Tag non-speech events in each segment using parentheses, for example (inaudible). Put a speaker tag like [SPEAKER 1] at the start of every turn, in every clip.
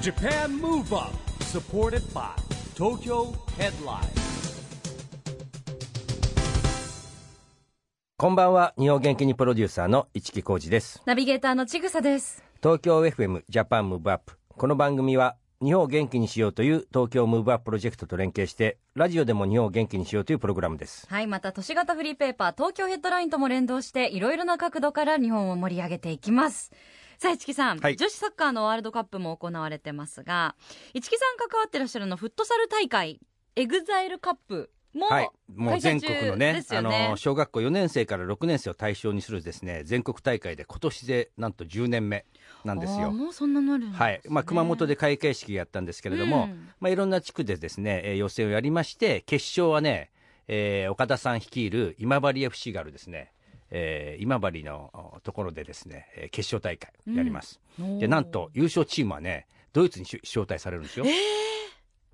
[SPEAKER 1] JAPAN MOVE UP SUPPORTED BY TOKYO HEADLINE
[SPEAKER 2] こんばんは日本元気にプロデューサーの市木浩司です
[SPEAKER 3] ナビゲーターのちぐさです。
[SPEAKER 2] 東京 FM ジャパンムーブアップこの番組は日本を元気にしようという東京ムーブアッププロジェクトと連携してラジオでも日本を元気にしようというプログラムです
[SPEAKER 3] はい、また都市型フリーペーパー、東京ヘッドラインとも連動して、いろいろな角度から日本を盛り上げていきます。さあ、市木さん、
[SPEAKER 2] はい
[SPEAKER 3] 女子サッカーのワールドカップも行われてますが、市木さん関わってらっしゃるのフットサル大会、エグザイルカップも、
[SPEAKER 2] はい、もう全国のね
[SPEAKER 3] 開催中です
[SPEAKER 2] あ
[SPEAKER 3] よね
[SPEAKER 2] の小学校4年生から6年生を対象にするですね全国大会で今年でなんと10年目なんです
[SPEAKER 3] あー
[SPEAKER 2] よ。
[SPEAKER 3] もうそんなになるんですね
[SPEAKER 2] はいまあ、熊本で、開会式やったんですけれども、
[SPEAKER 3] うん
[SPEAKER 2] まあ、いろんな地区でですね、えー予選をやりまして決勝はね、えー岡田さん率いる今治 FC があるですね、えー今治のおところでですねえー決勝大会やります、
[SPEAKER 3] おー
[SPEAKER 2] でなんと、優勝チームはねドイツにし招待されるんですよ、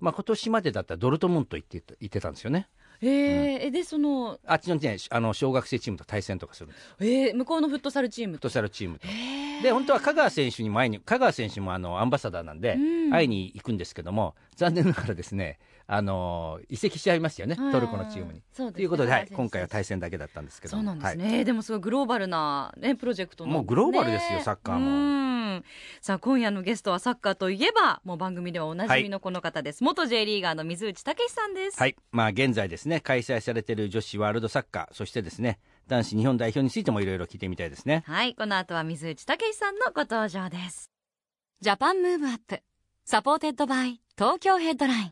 [SPEAKER 2] まあ、今年までだったらドルトムント行って言ってたんですよね
[SPEAKER 3] えーえで、その、
[SPEAKER 2] あっちのねあの小学生チームと対戦とかするんです
[SPEAKER 3] えー向こうのフットサルチーム
[SPEAKER 2] フット
[SPEAKER 3] と。
[SPEAKER 2] サルチームと
[SPEAKER 3] えー
[SPEAKER 2] で本当は香川選手に前に香川選手もあのアンバサダーなんで、
[SPEAKER 3] うん
[SPEAKER 2] 会いに行くんですけども残念ながらですねあの移籍しちゃいましたよね
[SPEAKER 3] はい
[SPEAKER 2] トルコのチームに。
[SPEAKER 3] そうですね
[SPEAKER 2] ということで、はい、今回は
[SPEAKER 3] 選
[SPEAKER 2] 対戦だけだったんですけ
[SPEAKER 3] 手
[SPEAKER 2] ど
[SPEAKER 3] そう
[SPEAKER 2] も
[SPEAKER 3] なんですね、
[SPEAKER 2] はい
[SPEAKER 3] えーでもすごいグローバルな、ね、プロジェクトの
[SPEAKER 2] もうグローバルですよサッカーも
[SPEAKER 3] もさあ今夜のゲストはサッカーといえばもう番組ではおなじみのこの方です、元 J リーガーの水内武さんです、
[SPEAKER 2] はいまあ、現在ですね開催されている女子ワールドサッカーそしてですね男子日本代表についてもいろいろ聞いてみたいですね
[SPEAKER 3] はい、この後は水内武さんのご登場です。ジャパンムーブアップ、サポーテッドバイ東京ヘッドライン。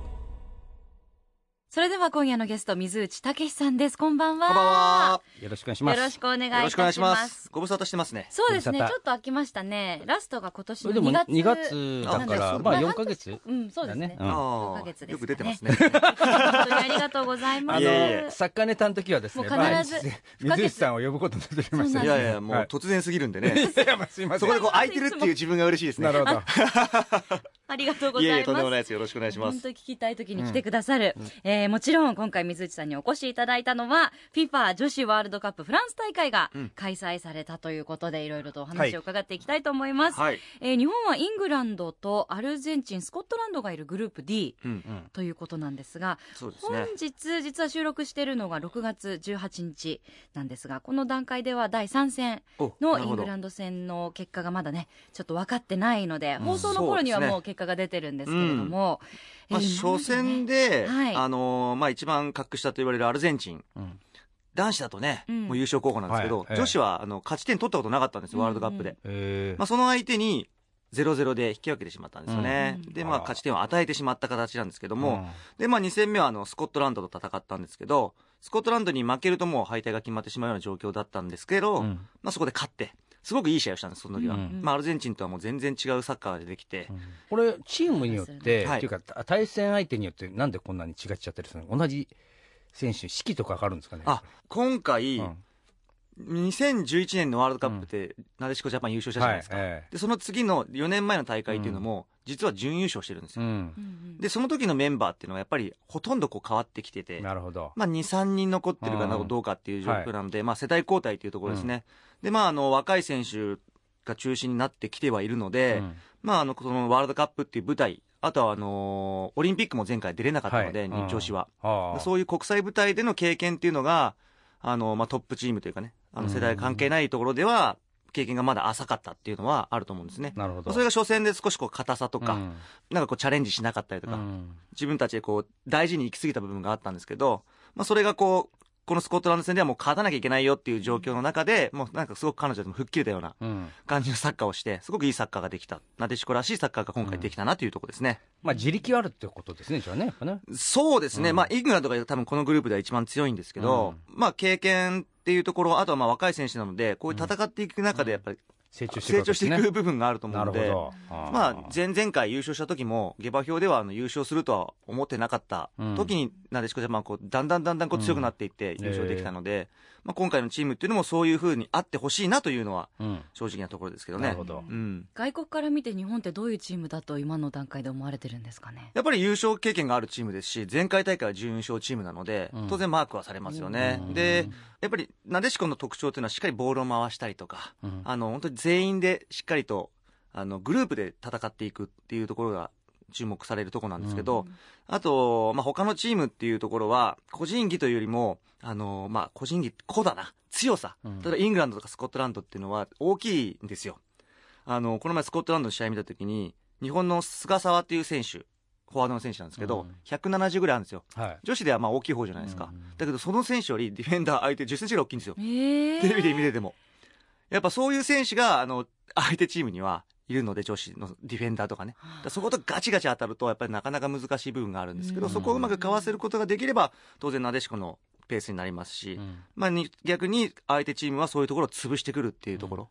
[SPEAKER 3] それでは今夜のゲスト、水内武さんです。こんばんは。
[SPEAKER 4] こんばんは。
[SPEAKER 2] よろしくお願いしま
[SPEAKER 3] よ
[SPEAKER 2] す
[SPEAKER 3] ろしくお願いい
[SPEAKER 4] よろ
[SPEAKER 3] た
[SPEAKER 4] しくお願い
[SPEAKER 3] し
[SPEAKER 4] し
[SPEAKER 3] ま
[SPEAKER 4] ますす。。ご無沙汰してますね。
[SPEAKER 3] そうですね、ち
[SPEAKER 2] ご
[SPEAKER 3] ょ
[SPEAKER 2] 無沙汰
[SPEAKER 3] っと飽きましたね。ラストが今年の
[SPEAKER 2] でも
[SPEAKER 3] 2月。
[SPEAKER 2] 2月だから
[SPEAKER 4] あ
[SPEAKER 2] まあ
[SPEAKER 3] そう
[SPEAKER 2] 4ヶ月
[SPEAKER 3] うん、そうですね。
[SPEAKER 2] だねうん
[SPEAKER 3] 4
[SPEAKER 4] あ
[SPEAKER 3] ヶ月ですか
[SPEAKER 4] あ、
[SPEAKER 3] ね
[SPEAKER 4] よく出て
[SPEAKER 3] (laughs)
[SPEAKER 4] ますね。
[SPEAKER 3] 本当にありがとうございま
[SPEAKER 2] あ
[SPEAKER 3] す。
[SPEAKER 2] の
[SPEAKER 4] いえいえ
[SPEAKER 2] サッカーネタの時はですね
[SPEAKER 3] もう必ず
[SPEAKER 2] まあ
[SPEAKER 3] 不可欠
[SPEAKER 2] 水内さんを呼ぶことになっておりました
[SPEAKER 3] そう
[SPEAKER 4] い
[SPEAKER 3] な
[SPEAKER 4] やいや、もう突然すぎるんでね。
[SPEAKER 2] いやまあ (laughs) すいませ
[SPEAKER 4] (laughs) そ
[SPEAKER 2] ん
[SPEAKER 4] こでこう空いてるっていう自分が嬉しいです
[SPEAKER 3] (laughs)
[SPEAKER 4] ね。
[SPEAKER 2] なるほど
[SPEAKER 3] ありがとうござ
[SPEAKER 4] い
[SPEAKER 3] い
[SPEAKER 4] や
[SPEAKER 3] ます
[SPEAKER 4] いや、とんでもないです。よろしくお願いしま
[SPEAKER 3] 本
[SPEAKER 4] す
[SPEAKER 3] 当。に聞きたい時に来てくださる、えーもちろん今回水内さんにお越しいただいたのは FIFA 女子ワールドカップフランス大会が開催されたということでいろいろとお話を伺っていきたいと思います、
[SPEAKER 4] はい。
[SPEAKER 3] えー日本はイングランドとアルゼンチンスコットランドがいるグループ D
[SPEAKER 4] うん、
[SPEAKER 3] ということなんですが、
[SPEAKER 4] そうです
[SPEAKER 3] 本
[SPEAKER 4] ね。
[SPEAKER 3] 日実は収録しているのが6月18日なんですがこの段階では第3戦
[SPEAKER 4] お
[SPEAKER 3] の
[SPEAKER 4] なる
[SPEAKER 3] イン
[SPEAKER 4] ほど
[SPEAKER 3] グランド戦の結果がまだねちょっと分かってないので、放送の頃には
[SPEAKER 4] そうですね
[SPEAKER 3] もう結果が出てるんですけれども、
[SPEAKER 4] ま
[SPEAKER 3] えー今ま
[SPEAKER 4] あ、初
[SPEAKER 3] でね
[SPEAKER 4] 戦で、
[SPEAKER 3] はい
[SPEAKER 4] あのーまあ、一番格下と言われるアルゼンチン。
[SPEAKER 2] うん
[SPEAKER 4] 男子だとね、
[SPEAKER 3] うん
[SPEAKER 4] もう優勝候補なんですけど、
[SPEAKER 2] はいええ
[SPEAKER 4] 女子は、あの、勝ち点取ったことなかったんですよ、ワールドカップで。
[SPEAKER 3] うん
[SPEAKER 2] え
[SPEAKER 4] まあ、その相手に、0-0で引き分けてしまったんですよね。
[SPEAKER 3] うん
[SPEAKER 4] で、ま
[SPEAKER 2] あ
[SPEAKER 4] あ、
[SPEAKER 2] ら
[SPEAKER 4] 勝ち点を与えてしまった形なんですけど
[SPEAKER 2] ー
[SPEAKER 4] も、で、まあ、2戦目はあのスコットランドと戦ったんですけど、スコットランドに負けるともう敗退が決まってしまうような状況だったんですけど、
[SPEAKER 2] うん
[SPEAKER 4] まあ、そこで勝って、すごくいい試合をしたんです、その時は。
[SPEAKER 2] うん
[SPEAKER 4] まあ、アルゼンチンとはもう全然違うサッカーが出てきて、
[SPEAKER 2] これチームによって、って
[SPEAKER 4] はい
[SPEAKER 2] いうかた対戦相手によってなんでこんなに違っちゃってるんですかね同じ選手指揮とかかるんですかね
[SPEAKER 4] あ、今回、
[SPEAKER 2] うん
[SPEAKER 4] 2011年のワールドカップで、なでしこジャパン優勝したじゃないですか。
[SPEAKER 2] はいえ
[SPEAKER 4] で、その次の4年前の大会っていうのも、実は準優勝してるんです
[SPEAKER 2] えう
[SPEAKER 4] よ。
[SPEAKER 2] ん
[SPEAKER 3] うんうん
[SPEAKER 4] で、その時のメンバーっていうのはやっぱりほとんどこう変わってきてて、
[SPEAKER 2] なるほど、
[SPEAKER 4] まあ、2、3人残ってるかな
[SPEAKER 2] うん
[SPEAKER 4] どうかっていう状況なので、まあ、世代交代というところですね。で、まあ、あの、若い選手が中心になってきてはいるので、
[SPEAKER 2] うん
[SPEAKER 4] まあ、あの、そのワールドカップっていう舞台、あとは、あのーオリンピックも前回出れなかったので、
[SPEAKER 2] はい
[SPEAKER 4] 女子は。
[SPEAKER 2] ああ
[SPEAKER 4] そういう国際舞台での経験っていうのが、あの、まあ、トップチームというかね、あの、世代関係ないところでは、経験がまだ浅かったっていうのはあると思うんですね。
[SPEAKER 2] なるほど
[SPEAKER 4] それが初戦で少しこう、硬さとか、
[SPEAKER 2] うん
[SPEAKER 4] なんかこう、チャレンジしなかったりと
[SPEAKER 2] う
[SPEAKER 4] か、
[SPEAKER 2] ん
[SPEAKER 4] 自分たちでこう、大事に行き過ぎた部分があったんですけど、まあ、それがこう、このスコットランド戦ではもう勝たなきゃいけないよっていう状況の中で、もうなんかすごく彼女でも吹っ切れたような
[SPEAKER 2] うん
[SPEAKER 4] 感じのサッカーをして、すごくいいサッカーができた。なでしこらしいサッカーが今回できたなというところですね。
[SPEAKER 2] まあ自力はあるってことですねじゃあねやっぱね
[SPEAKER 4] そうですね。まあ、イングランドが多分このグループでは一番強いんですけど、まあ、経験っていうところ、あとはまあ若い選手なので、こういう戦っていく中でやっぱり
[SPEAKER 2] 成長して
[SPEAKER 4] 成長してい
[SPEAKER 2] くわけ
[SPEAKER 4] く部分があると
[SPEAKER 2] ですね
[SPEAKER 4] 思
[SPEAKER 2] な
[SPEAKER 4] う
[SPEAKER 2] る
[SPEAKER 4] の
[SPEAKER 2] ほ
[SPEAKER 4] で、
[SPEAKER 2] どああ
[SPEAKER 4] まあ、前々回優勝した時も、下馬評ではあの優勝するとは思ってなかった時に、なでしこジャパンはこう、だんだんだんだんこう強くなっていって
[SPEAKER 2] うん
[SPEAKER 4] 優勝できたので、まあ、今回のチームっていうのもそういう風にあってほしいなというのは、
[SPEAKER 2] うん
[SPEAKER 4] 正直なところですけど
[SPEAKER 2] な
[SPEAKER 4] ね
[SPEAKER 2] るほ。ど
[SPEAKER 4] うん。
[SPEAKER 3] 外国から見て日本ってどういうチームだと今の段階で思われてるんですかね
[SPEAKER 4] やっぱり優勝経験があるチームですし、前回大会は準優勝チームなので
[SPEAKER 2] うん、
[SPEAKER 4] 当然マークはされますよね
[SPEAKER 2] うん。
[SPEAKER 4] で、やっぱりなでしこの特徴というのはしっかりボールを回したりとか、
[SPEAKER 2] うん
[SPEAKER 4] あの本当に全員でしっかりとあのグループで戦っていくっていうところが注目されるところなんですけど、あと、まあ、他のチームっていうところは個人技というよりもあの、まあ、個人技個だな強さ、
[SPEAKER 2] うん
[SPEAKER 4] 例えばイングランドとかスコットランドっていうのは大きいんですよあのこの前スコットランドの試合見た時に日本の菅沢っていう選手フォワードの選手なんですけど、
[SPEAKER 2] うん
[SPEAKER 4] 170ぐらいあるんですよ
[SPEAKER 2] はい
[SPEAKER 4] 女子ではまあ大きい方じゃないですか、
[SPEAKER 2] うん
[SPEAKER 4] だけどその選手よりディフェンダー相手10センチぐらい大きいんですよ
[SPEAKER 5] ええ
[SPEAKER 4] テレビで見てても。やっぱそういう選手が、あの、相手チームにはいるので、女子のディフェンダーとかね。だからそことガチガチ当たると、やっぱりなかなか難しい部分があるんですけど、
[SPEAKER 2] うん
[SPEAKER 4] そこをうまくかわせることができれば、当然なでしこのペースになりますし、
[SPEAKER 2] うん
[SPEAKER 4] まあに逆に相手チームはそういうところを潰してくるっていうところ。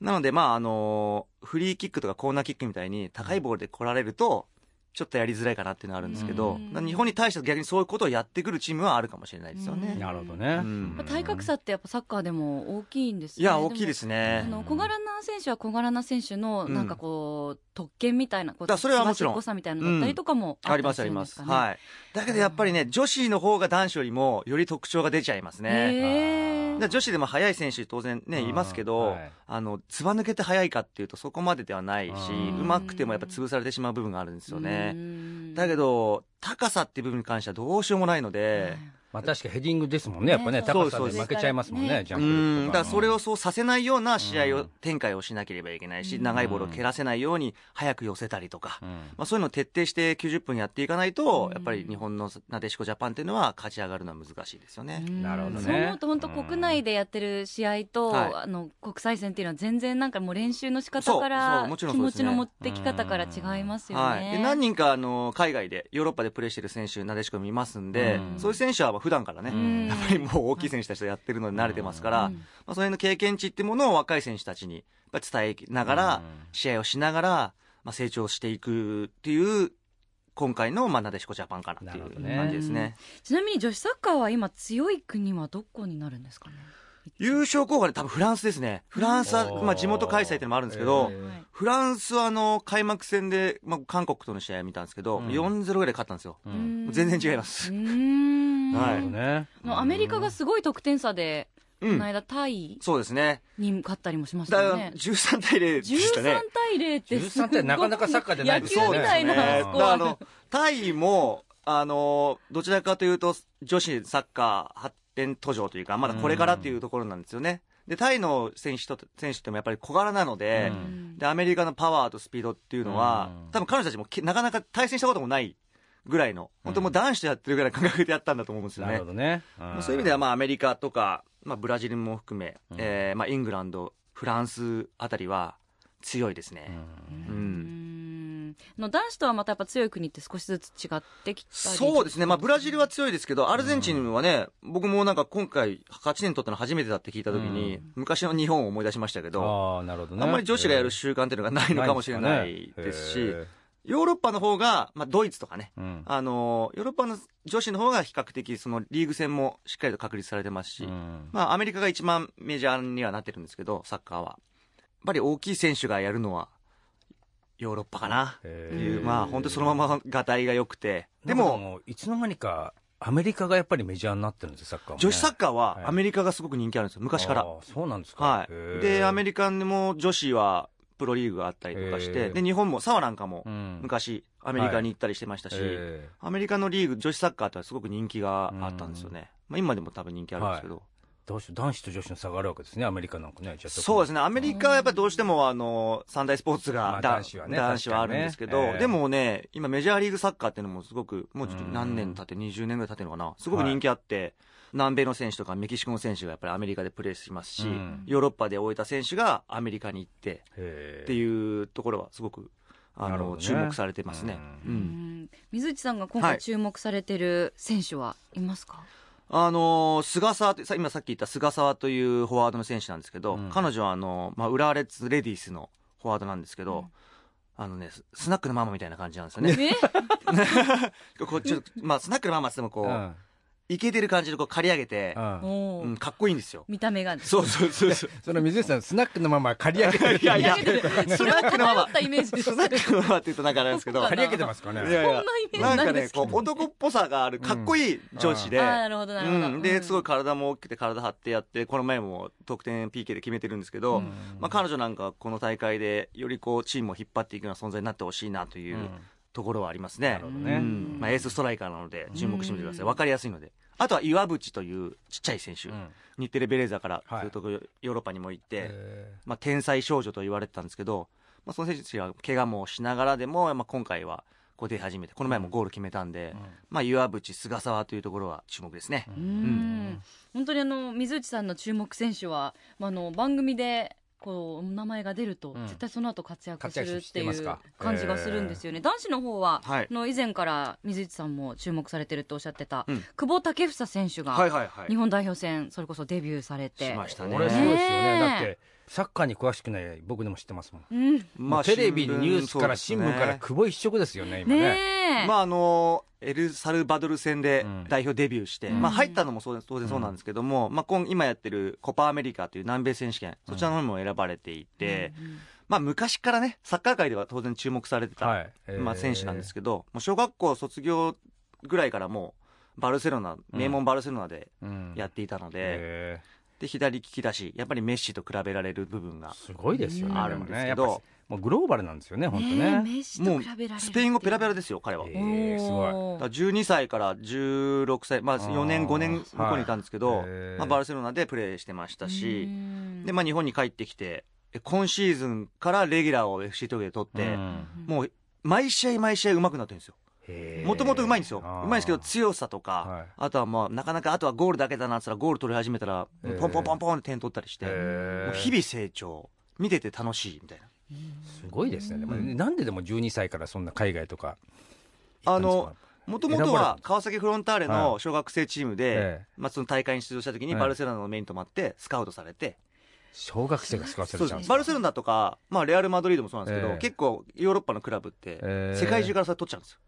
[SPEAKER 4] なので、まあ、あのーフリーキックとかコーナーキックみたいに高いボールで来られると、ちょっとやりづらいかなっていうのはあるんですけど、
[SPEAKER 5] うん
[SPEAKER 4] だから日本に対して逆にそういうことをやってくるチームはあるかもしれないですよね。
[SPEAKER 5] うん
[SPEAKER 2] なるほどね、
[SPEAKER 4] うん
[SPEAKER 5] まあ体格差ってやっぱサッカーでも大きいんですね
[SPEAKER 4] いや、大きいですね。
[SPEAKER 5] あの小柄な選手は小柄な選手の
[SPEAKER 4] うん
[SPEAKER 5] なんかこう、特権みたいなこう
[SPEAKER 4] だからそれはもちろん
[SPEAKER 5] つばしっこさみたいなのだったりとかも
[SPEAKER 4] あ
[SPEAKER 5] あ
[SPEAKER 4] りますあります。
[SPEAKER 5] い
[SPEAKER 4] はい。だけどやっぱりね、女子の方が男子よりもより特徴が出ちゃいますね。
[SPEAKER 5] へー
[SPEAKER 4] だから女子でも速い選手当然ね、
[SPEAKER 2] うん
[SPEAKER 4] いますけど、
[SPEAKER 2] はい
[SPEAKER 4] あの、つば抜けて速いかっていうとそこまでではないし、
[SPEAKER 2] うん
[SPEAKER 4] うまくてもやっぱ潰されてしまう部分があるんですよ
[SPEAKER 5] う
[SPEAKER 4] ね。
[SPEAKER 5] ん
[SPEAKER 4] だけど、高さっていう部分に関してはどうしようもないので、
[SPEAKER 2] まあ、確かヘディングですもんねやっぱ
[SPEAKER 5] ね
[SPEAKER 2] ね高さ
[SPEAKER 4] そう
[SPEAKER 2] で
[SPEAKER 4] そう
[SPEAKER 2] 負けちゃいますもんね
[SPEAKER 5] ね
[SPEAKER 2] ジャ
[SPEAKER 4] う
[SPEAKER 2] ンプ力と
[SPEAKER 4] ん、だ
[SPEAKER 2] か
[SPEAKER 4] からそれをそうさせないような試合
[SPEAKER 2] う
[SPEAKER 4] を
[SPEAKER 2] ん
[SPEAKER 4] 展開をしなければいけないし、
[SPEAKER 5] うん
[SPEAKER 4] 長いボールを蹴らせないように早く寄せたりとか
[SPEAKER 2] う、ん
[SPEAKER 4] まあ、そういうのを徹底して90分やっていかないと
[SPEAKER 5] う、ん
[SPEAKER 4] やっぱり日本のなでしこジャパンっていうのは勝ち上がるのは難しいですよね。
[SPEAKER 2] なるほどね
[SPEAKER 5] そう思うと本当国内でやってる試合と、
[SPEAKER 4] うんはい
[SPEAKER 5] あの国際戦っていうのは全然なんかもう練習の仕方か
[SPEAKER 4] そう
[SPEAKER 5] ら
[SPEAKER 4] そうもちろん
[SPEAKER 5] 気
[SPEAKER 4] そう
[SPEAKER 5] 持
[SPEAKER 4] です
[SPEAKER 5] ち
[SPEAKER 4] ね
[SPEAKER 5] の持ってき方から違いますよね。
[SPEAKER 4] はい、で何人かあの海外でヨーロッパでプレーしてる選手なでしこ見ますんで、
[SPEAKER 2] うん
[SPEAKER 4] そういう選手はまあ普段からね、
[SPEAKER 2] うん
[SPEAKER 4] やっぱりもう大きい選手たちとやってるので慣れてますから、
[SPEAKER 5] うん
[SPEAKER 4] まあ、その辺の経験値ってものを若い選手たちにやっぱ伝えながら、試合をしながら、まあ、成長していくっていう今回のまあなでしこジャパンかなってい
[SPEAKER 2] なる
[SPEAKER 4] う
[SPEAKER 2] ほどね
[SPEAKER 4] 感じですね
[SPEAKER 5] ちなみに女子サッカーは今強い国はどこになるんですかね。
[SPEAKER 4] 優勝候補はね多分フランスですねフランスは、まあ、地元開催っていうのもあるんですけ
[SPEAKER 2] お
[SPEAKER 4] ど
[SPEAKER 2] ー、え
[SPEAKER 5] はい
[SPEAKER 4] フランスはあの開幕戦で、まあ、韓国との試合見たんですけど、
[SPEAKER 2] うん
[SPEAKER 4] 4-0ぐらいで勝ったんですよ、
[SPEAKER 2] う
[SPEAKER 5] うんん
[SPEAKER 4] 全然違います
[SPEAKER 5] うーん
[SPEAKER 2] ない
[SPEAKER 4] は
[SPEAKER 2] るほどね
[SPEAKER 5] もうアメリカがすごい得点差で、
[SPEAKER 4] うん
[SPEAKER 5] この間タイ
[SPEAKER 4] そうですね
[SPEAKER 5] に勝ったりもしまし
[SPEAKER 4] だ
[SPEAKER 5] た
[SPEAKER 4] か
[SPEAKER 5] よ
[SPEAKER 4] ら
[SPEAKER 5] ね。
[SPEAKER 4] 13対0でした
[SPEAKER 5] 13
[SPEAKER 4] ね。
[SPEAKER 5] 対0ってすごい
[SPEAKER 2] 13ってなかなかサッカーでないですよ
[SPEAKER 5] 野
[SPEAKER 2] ね
[SPEAKER 5] 球みたい
[SPEAKER 3] (laughs)
[SPEAKER 4] だ
[SPEAKER 5] な
[SPEAKER 4] か
[SPEAKER 5] スコ
[SPEAKER 4] ら
[SPEAKER 5] ア
[SPEAKER 4] あのタイもあのどちらかというと女子サッカー発展途上というかまだこれからっていうところなんですよね。でタイの選手と選手ってもやっぱり小柄なので、
[SPEAKER 2] うん
[SPEAKER 4] でアメリカのパワーとスピードっていうのは、
[SPEAKER 2] うん
[SPEAKER 4] 多分彼女たちもけなかなか対戦したこともないぐらいの本当もう男子とやってるぐらいの感覚でやったんだと思うんですよ
[SPEAKER 2] なる
[SPEAKER 4] ね
[SPEAKER 2] ほ。どね、
[SPEAKER 4] まあそういう意味では、
[SPEAKER 2] ま
[SPEAKER 4] まあ、アメリカとか、まあ、ブラジルも含め、えーまあ、イングランド、フランスあたりは強いですね。うん
[SPEAKER 5] うんの男子とはまたやっぱ強い国って少しずつ違ってきたり
[SPEAKER 4] そうですね、まあ、ブラジルは強いですけど、アルゼンチンはね、僕もなんか今回、勝ち点取ったの初めてだって聞いたときに、昔の日本を思い出しましたけど、
[SPEAKER 2] ああなるほどね
[SPEAKER 4] あんまり女子がやる習慣っていうのがないのかもしれないですし、ヨーロッパの方が、まあ、ドイツとかね、
[SPEAKER 2] うん
[SPEAKER 4] あのヨーロッパの女子の方が比較的、そのリーグ戦もしっかりと確立されてますし、
[SPEAKER 2] うん
[SPEAKER 4] まあ、アメリカが一番メジャーにはなってるんですけど、サッカーは。やっぱり大きい選手がやるのは、ヨーロッパかな。
[SPEAKER 2] へ
[SPEAKER 4] って
[SPEAKER 2] ー
[SPEAKER 4] いう、まあ、本当そのままがたいが良くて。で
[SPEAKER 2] でも
[SPEAKER 4] も、
[SPEAKER 2] いつの間にかアメリカがやっぱりメジャーになってるんですよサッカーも、ね、
[SPEAKER 4] 女子サッカー
[SPEAKER 2] はい
[SPEAKER 4] はアメリカがすごく人気あるんですよ、昔から。
[SPEAKER 2] あーそうなんですか
[SPEAKER 4] はい。で、アメ
[SPEAKER 2] リ
[SPEAKER 4] リカにも女子はプロリーグがあったりとかし
[SPEAKER 2] へ
[SPEAKER 4] て、
[SPEAKER 2] ー
[SPEAKER 4] で、日本も、澤なんかも
[SPEAKER 2] カ、うん、
[SPEAKER 4] 昔、アメリカに行ったりしてましたし、
[SPEAKER 2] え
[SPEAKER 4] アメリカのリーグ、女子サッカーってすごく人気があったんですよね。まあ、今でも多分人気あるんですけど。
[SPEAKER 2] ーどうしよう男子と女子の差があるわけですねアメリカなんかねじゃあ
[SPEAKER 4] そうです
[SPEAKER 2] ね
[SPEAKER 4] ね、アメリカはやっぱりどうしてもあの三大スポーツが
[SPEAKER 2] ま、あ
[SPEAKER 4] だ
[SPEAKER 2] 男子はね
[SPEAKER 4] 男子はあ
[SPEAKER 2] 確かに
[SPEAKER 4] る
[SPEAKER 2] ね
[SPEAKER 4] んですけど、
[SPEAKER 2] ええ
[SPEAKER 4] でもね、今、メジャーリーグサッカーっていうのもすごく、もう
[SPEAKER 2] うん
[SPEAKER 4] 何年経って、20年ぐらい経ってるのかな、すごく人気あって、南米の選手とかメキシコの選手がやっぱりアメリカでプレーしますし、
[SPEAKER 2] うん
[SPEAKER 4] ヨーロッパで終えた選手がアメリカに行って
[SPEAKER 2] っ
[SPEAKER 4] って
[SPEAKER 2] う
[SPEAKER 4] いうところは、すごくあ
[SPEAKER 2] なるほど
[SPEAKER 4] の、
[SPEAKER 2] ね
[SPEAKER 4] 注目されてますね。
[SPEAKER 5] う
[SPEAKER 4] うんん
[SPEAKER 5] 水内さんが今
[SPEAKER 4] は
[SPEAKER 5] 回
[SPEAKER 4] い
[SPEAKER 5] 注目されてる選手はいますか、
[SPEAKER 4] あの菅沢ってさ今さっき言った菅沢というフォワードの選手なんですけど、
[SPEAKER 2] うん
[SPEAKER 4] 彼女はあの、まあ、浦和レッズレディースのフォワードなんですけど、あのねススナックのママみたいな感じなんですよね。
[SPEAKER 5] え
[SPEAKER 4] こうちょっとまあ、スナックのママって言ってもこう、
[SPEAKER 2] ん
[SPEAKER 4] イケてる感じでこう刈り上げて、
[SPEAKER 2] うん
[SPEAKER 4] (laughs) う
[SPEAKER 3] お
[SPEAKER 4] ん、
[SPEAKER 3] ー
[SPEAKER 4] かっこいいんですよ。
[SPEAKER 3] 見た目が
[SPEAKER 4] そうそう (laughs) そうそう。
[SPEAKER 2] その水内さん、スナックのまま借り上げて、
[SPEAKER 4] いや
[SPEAKER 5] (laughs)
[SPEAKER 4] いや、ス
[SPEAKER 3] それ
[SPEAKER 4] ナ
[SPEAKER 3] は
[SPEAKER 4] ックの
[SPEAKER 3] 偏
[SPEAKER 4] まま
[SPEAKER 3] っ、たイメージです
[SPEAKER 4] スナックのままって言うとなんかあれなんです (laughs) けど、
[SPEAKER 3] そう
[SPEAKER 2] 借り
[SPEAKER 3] か
[SPEAKER 2] 上げてますかね。
[SPEAKER 4] いやいや
[SPEAKER 3] そんなイメージないんですけど
[SPEAKER 4] なんかね、こう男っぽさがある、かっこいい女子で。
[SPEAKER 3] あーなるほどなるほど、
[SPEAKER 4] うん、で、すごい体も大きくて体張ってやって、この前も得点 PK で決めてるんですけど、
[SPEAKER 3] うん
[SPEAKER 4] まあ、彼女なんかはこの大会でよりこうチームを引っ張っていくような存在になってほしいなといううんところはありますね。
[SPEAKER 2] なるほどね
[SPEAKER 4] うんまあ、エースストライカーなので注目してみてください。
[SPEAKER 3] うん
[SPEAKER 4] わかりやすいので。あとは岩渕というちっちゃい選手、
[SPEAKER 2] うん
[SPEAKER 4] 日テレベレーザから
[SPEAKER 2] はい
[SPEAKER 4] ずっとヨーロッパにも行って、
[SPEAKER 2] え
[SPEAKER 4] まあ、天才少女と言われてたんですけど、まあ、その選手たちが怪我もしながらでも、まあ、今回はこう出始めてこの前もゴール決めたんで、まあ、岩渕菅沢というところは注目ですね、
[SPEAKER 3] うーん本当にあの水内さんの注目選手は、まあ、あの番組でこうお名前が出ると、
[SPEAKER 2] うん
[SPEAKER 3] 絶対その後活躍す
[SPEAKER 2] 活
[SPEAKER 3] る
[SPEAKER 2] 躍
[SPEAKER 3] っ
[SPEAKER 2] してて
[SPEAKER 3] い
[SPEAKER 2] ます
[SPEAKER 3] う
[SPEAKER 2] か
[SPEAKER 3] 感じがするんですよね、男子の方は、
[SPEAKER 4] はい
[SPEAKER 3] あの以前から水内さんも注目されてるとおっしゃってた、
[SPEAKER 4] うん
[SPEAKER 3] 久保建英選手が、
[SPEAKER 4] はいはいはい
[SPEAKER 3] 日本代表戦それこそデビューされて
[SPEAKER 4] しました
[SPEAKER 2] え
[SPEAKER 4] ね
[SPEAKER 2] これすごいですよね。
[SPEAKER 3] ねえ
[SPEAKER 2] だって、サッカーに詳しくない僕でも知ってますもん。
[SPEAKER 3] うん、ね
[SPEAKER 4] まあ
[SPEAKER 2] テレビ、ニ
[SPEAKER 4] 新聞
[SPEAKER 2] ュースから、
[SPEAKER 4] そ
[SPEAKER 2] 新
[SPEAKER 4] うですね
[SPEAKER 2] 聞から、久保一色ですよね、今ね。
[SPEAKER 3] え、
[SPEAKER 4] まああのエルサルバドル戦で
[SPEAKER 2] うん
[SPEAKER 4] 代表デビューして、
[SPEAKER 3] うん
[SPEAKER 4] まあ、入ったのもそうです当然そうなんですけども、まあ、今今やってるコパアメリカという南米選手権そちらの方にも選ばれていて、まあ、昔からねサッカー界では当然注目されてた、
[SPEAKER 2] はい。えー
[SPEAKER 4] まあ、選手なんですけど、もう小学校卒業ぐらいからもうバルセロナ、名門バルセロナで
[SPEAKER 2] うん
[SPEAKER 4] やっていたので、
[SPEAKER 2] え
[SPEAKER 4] で左利きだし、やっぱりメッシと比べられる部
[SPEAKER 2] ー
[SPEAKER 4] 分が、
[SPEAKER 2] すごいですよね。
[SPEAKER 4] あるんですけど
[SPEAKER 2] でもねやっぱもうグローバルなんですよね、本当
[SPEAKER 3] ねえ
[SPEAKER 2] ね
[SPEAKER 3] メ。ッシと
[SPEAKER 4] もう
[SPEAKER 3] 比べられる
[SPEAKER 4] スペイン語ペラペラ
[SPEAKER 3] で
[SPEAKER 4] ですよ、彼は。
[SPEAKER 2] え
[SPEAKER 4] だ
[SPEAKER 2] ーすごい
[SPEAKER 4] から12歳から16歳、まあ、4年、5年向こうにいたんですけど、
[SPEAKER 2] はいへー
[SPEAKER 4] まあ、バルセロナでプレーしてましたし、でまあ、日本に帰ってきて、え今シーズンからレギュラーを FC 東京で取って、
[SPEAKER 2] うん
[SPEAKER 4] もう毎試合毎試合上手くなってるんですよ。
[SPEAKER 2] へー
[SPEAKER 4] もともとうまいんですよ、
[SPEAKER 2] あー
[SPEAKER 4] うまいんですけど、強さとか、
[SPEAKER 2] はい
[SPEAKER 4] あとはまあ、なかなか、あとはゴールだけだなって言ったら、ゴール取り始めたら、
[SPEAKER 2] えー
[SPEAKER 4] ポンポンポンポンって点取ったりして、
[SPEAKER 2] へー
[SPEAKER 4] もう日々成長、見てて楽しいみたいな。
[SPEAKER 2] すごいですね。でもねなんででも12歳からそんな海外とか行った
[SPEAKER 4] あ
[SPEAKER 2] んですか。
[SPEAKER 4] のもとも
[SPEAKER 2] 選
[SPEAKER 4] と
[SPEAKER 2] ばれたん
[SPEAKER 4] は
[SPEAKER 2] です
[SPEAKER 4] 川崎フロンターレの小学生チームで、
[SPEAKER 2] ええ
[SPEAKER 4] まあ、その大会に出場した時に
[SPEAKER 2] ええ
[SPEAKER 4] バルセロナの目に留まってスカウトされて、
[SPEAKER 2] 小学生が使わせ
[SPEAKER 4] そ
[SPEAKER 2] る
[SPEAKER 4] う
[SPEAKER 2] チャン
[SPEAKER 4] で
[SPEAKER 2] ス
[SPEAKER 4] すバルセロナとか、まあ、レアル・マドリードもそうなんですけど、
[SPEAKER 2] ええ
[SPEAKER 4] 結構ヨーロッパのクラブって
[SPEAKER 2] ええ
[SPEAKER 4] 世界中からそれ取っちゃうんですよ、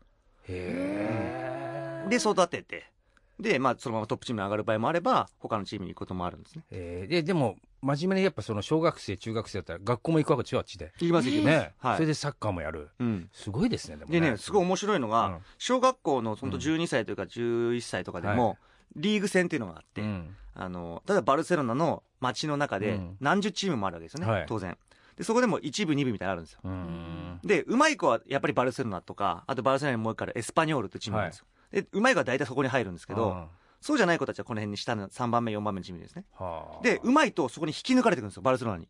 [SPEAKER 2] へ
[SPEAKER 4] で育ててで、まあ、そのままトップチームに上がる場合もあれば他のチームに行くこともあるんですね
[SPEAKER 2] ええーででも真面目にやっぱその小学生中学生だったら学校も行くわけでしょあっちで
[SPEAKER 4] 行きます行きます、
[SPEAKER 2] ね、
[SPEAKER 4] はい
[SPEAKER 2] それでサッカーもやる
[SPEAKER 4] うん、
[SPEAKER 2] すごいですねでも
[SPEAKER 4] でね、すごい
[SPEAKER 2] い
[SPEAKER 4] 面白いの
[SPEAKER 2] うん
[SPEAKER 4] が、小学校の本当
[SPEAKER 2] うん
[SPEAKER 4] 12歳というか11歳とかでも、リーグ戦っていうのがあって、
[SPEAKER 2] うん
[SPEAKER 4] あの、ただバルセロナの街の中
[SPEAKER 2] う
[SPEAKER 4] で
[SPEAKER 2] ん
[SPEAKER 4] 何十チームもあるわけですよね、
[SPEAKER 2] はい
[SPEAKER 4] 当然。で、そこでも1部、2部みたいなのあるんですよ。
[SPEAKER 2] うん
[SPEAKER 4] で、うまい子はやっぱりバルセロナとか、あとバルセロナにもう一回あるエスパニョールってチームなんですよ。で、うまい子は大体そこに入るんですけ
[SPEAKER 2] うん
[SPEAKER 4] ど、
[SPEAKER 2] は
[SPEAKER 4] そうじゃない子たちはこの辺に下の3番目、4番目のチームですね。
[SPEAKER 2] あ
[SPEAKER 4] で、うまいとそこに引き抜かれてくるんですよ、バルセロナに。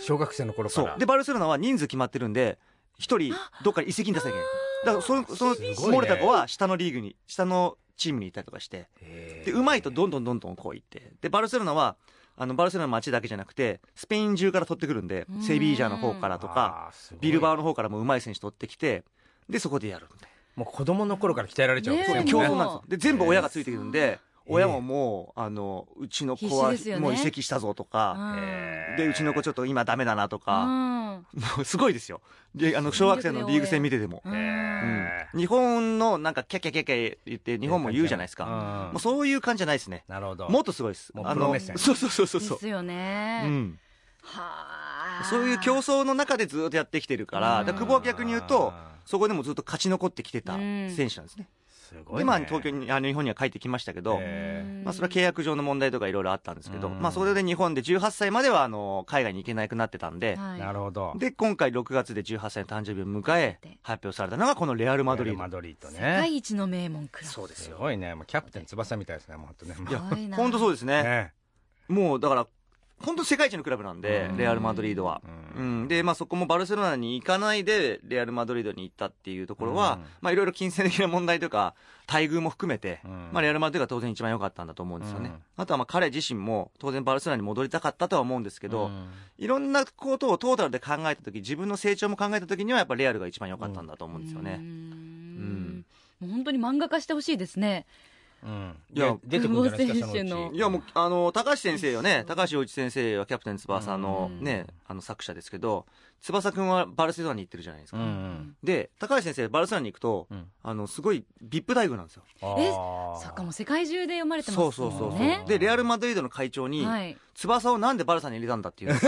[SPEAKER 2] 小学生の頃か
[SPEAKER 4] そう
[SPEAKER 2] ら。
[SPEAKER 4] で、バルセロナは人数決まってるんで、一人、どっかに移籍に出さなきゃいけない。だから、その、その、
[SPEAKER 2] すごいね
[SPEAKER 4] 漏れた子は下のリーグに、下のチームにいたりとかして、
[SPEAKER 2] で
[SPEAKER 4] で、うまいとどんどんどんどんこう行って、で、バルセロナは、あの、バルセロナの街だけじゃなくて、スペイン中から取ってくるんで
[SPEAKER 3] う、ん
[SPEAKER 4] セビージャの方からとか、ビルバオの方からもうまい選手取ってきて、で、そこでやるみたい
[SPEAKER 2] もう子供の頃から鍛えられちゃうんです
[SPEAKER 3] ね
[SPEAKER 2] よ
[SPEAKER 4] な。
[SPEAKER 2] ね
[SPEAKER 3] え
[SPEAKER 4] 競
[SPEAKER 3] もう
[SPEAKER 4] 争なんですよ。で、全部親がついてくるんで、
[SPEAKER 2] え
[SPEAKER 4] 親ももう、あの、うちの子は
[SPEAKER 3] 必死ですよね
[SPEAKER 4] もう移籍したぞとか、
[SPEAKER 2] えー
[SPEAKER 4] で、うちの子ちょっと今ダメだなとか、
[SPEAKER 3] うん
[SPEAKER 4] もうすごいですよ。で、あの、小学生のリーグ戦見てても。
[SPEAKER 3] うん
[SPEAKER 2] え
[SPEAKER 4] 日本のなんかキャキャキャキャ言って日本も言うじゃないです
[SPEAKER 2] う
[SPEAKER 4] か。
[SPEAKER 2] ん
[SPEAKER 4] もうそういう感じじゃないですね。
[SPEAKER 2] なるほど。
[SPEAKER 4] もっとすごいです。
[SPEAKER 2] もうプロ目線
[SPEAKER 4] そうそうそうそうそ
[SPEAKER 3] で
[SPEAKER 4] う。
[SPEAKER 3] すよね、
[SPEAKER 4] うん、
[SPEAKER 3] はあ
[SPEAKER 4] そういう競争の中でずっとやってきてるから、
[SPEAKER 3] うん
[SPEAKER 4] だから久保は逆に言うと、そこでもずっと勝ち残ってきてた
[SPEAKER 3] うん
[SPEAKER 4] 選手なんですね。
[SPEAKER 2] すごいね。
[SPEAKER 4] で、まあ、東京に、あの日本には帰ってきましたけど、
[SPEAKER 2] え
[SPEAKER 3] うん
[SPEAKER 4] まあ、それは契約上の問題とかいろいろあったんですけど、
[SPEAKER 2] うん
[SPEAKER 4] まあ、それで日本で18歳まではあの海外に行けなくなってたんで、
[SPEAKER 3] は
[SPEAKER 2] ー
[SPEAKER 3] い
[SPEAKER 2] なるほど。
[SPEAKER 4] で、今回6月で18歳の誕生日を迎え
[SPEAKER 3] で、
[SPEAKER 4] 発表されたのがこのレアル・マドリード
[SPEAKER 2] マ。ドリードね。
[SPEAKER 3] 世界一の名門クラブ
[SPEAKER 4] そうです
[SPEAKER 2] す
[SPEAKER 4] よ。
[SPEAKER 2] ごいね。もうキャプテン翼みたいですね。もう本当ね。
[SPEAKER 4] いや
[SPEAKER 3] すごい、な
[SPEAKER 4] 本当そうですね。
[SPEAKER 2] ね
[SPEAKER 4] もうだから、本当世界一のクラブなんで、
[SPEAKER 2] うん
[SPEAKER 4] レアル・マドリードは。
[SPEAKER 2] う
[SPEAKER 4] うんんで、まあ、そこもバルセロナに行かないで、レアル・マドリードに行ったっていうところは、
[SPEAKER 2] うん
[SPEAKER 4] まあ、いろいろ金銭的な問題とか、待遇も含めて、
[SPEAKER 2] うん
[SPEAKER 4] まあ、レアル・マドリードが当然一番良かったんだと思うんですよね。
[SPEAKER 2] うん
[SPEAKER 4] あとは、まあ、彼自身も、当然バルセロナに戻りたかったとは思うんですけど、
[SPEAKER 2] うん
[SPEAKER 4] いろんなことをトータルで考えたとき、自分の成長も考えたときには、やっぱレアルが一番良かったんだと思うんですよね。
[SPEAKER 3] うーんもう本当に漫画化してほしいですね。
[SPEAKER 2] うん、
[SPEAKER 4] いや
[SPEAKER 2] で出てくるんじゃないですか、その
[SPEAKER 3] 久保
[SPEAKER 2] う
[SPEAKER 3] 選
[SPEAKER 2] ち
[SPEAKER 4] い。やもうあの高橋先生よね高橋陽一先生は「キャプテン翼」の
[SPEAKER 3] うん
[SPEAKER 4] ねあの作者ですけど翼くんはバルセロナに行ってるじゃないです
[SPEAKER 2] う
[SPEAKER 4] か、
[SPEAKER 2] んうん
[SPEAKER 4] で高橋先生バルセロナに行くと
[SPEAKER 2] うん
[SPEAKER 4] あのすごい VIP 待遇なんですよ
[SPEAKER 3] え
[SPEAKER 2] あー
[SPEAKER 3] そっかもう世界中で読まれてますもん
[SPEAKER 4] そう
[SPEAKER 3] ね
[SPEAKER 4] そうそうそう、
[SPEAKER 2] ね
[SPEAKER 4] でレアル・マドリードの会長に、
[SPEAKER 3] はい
[SPEAKER 4] 翼をなんでバルサに入れたんだっていう
[SPEAKER 3] (laughs)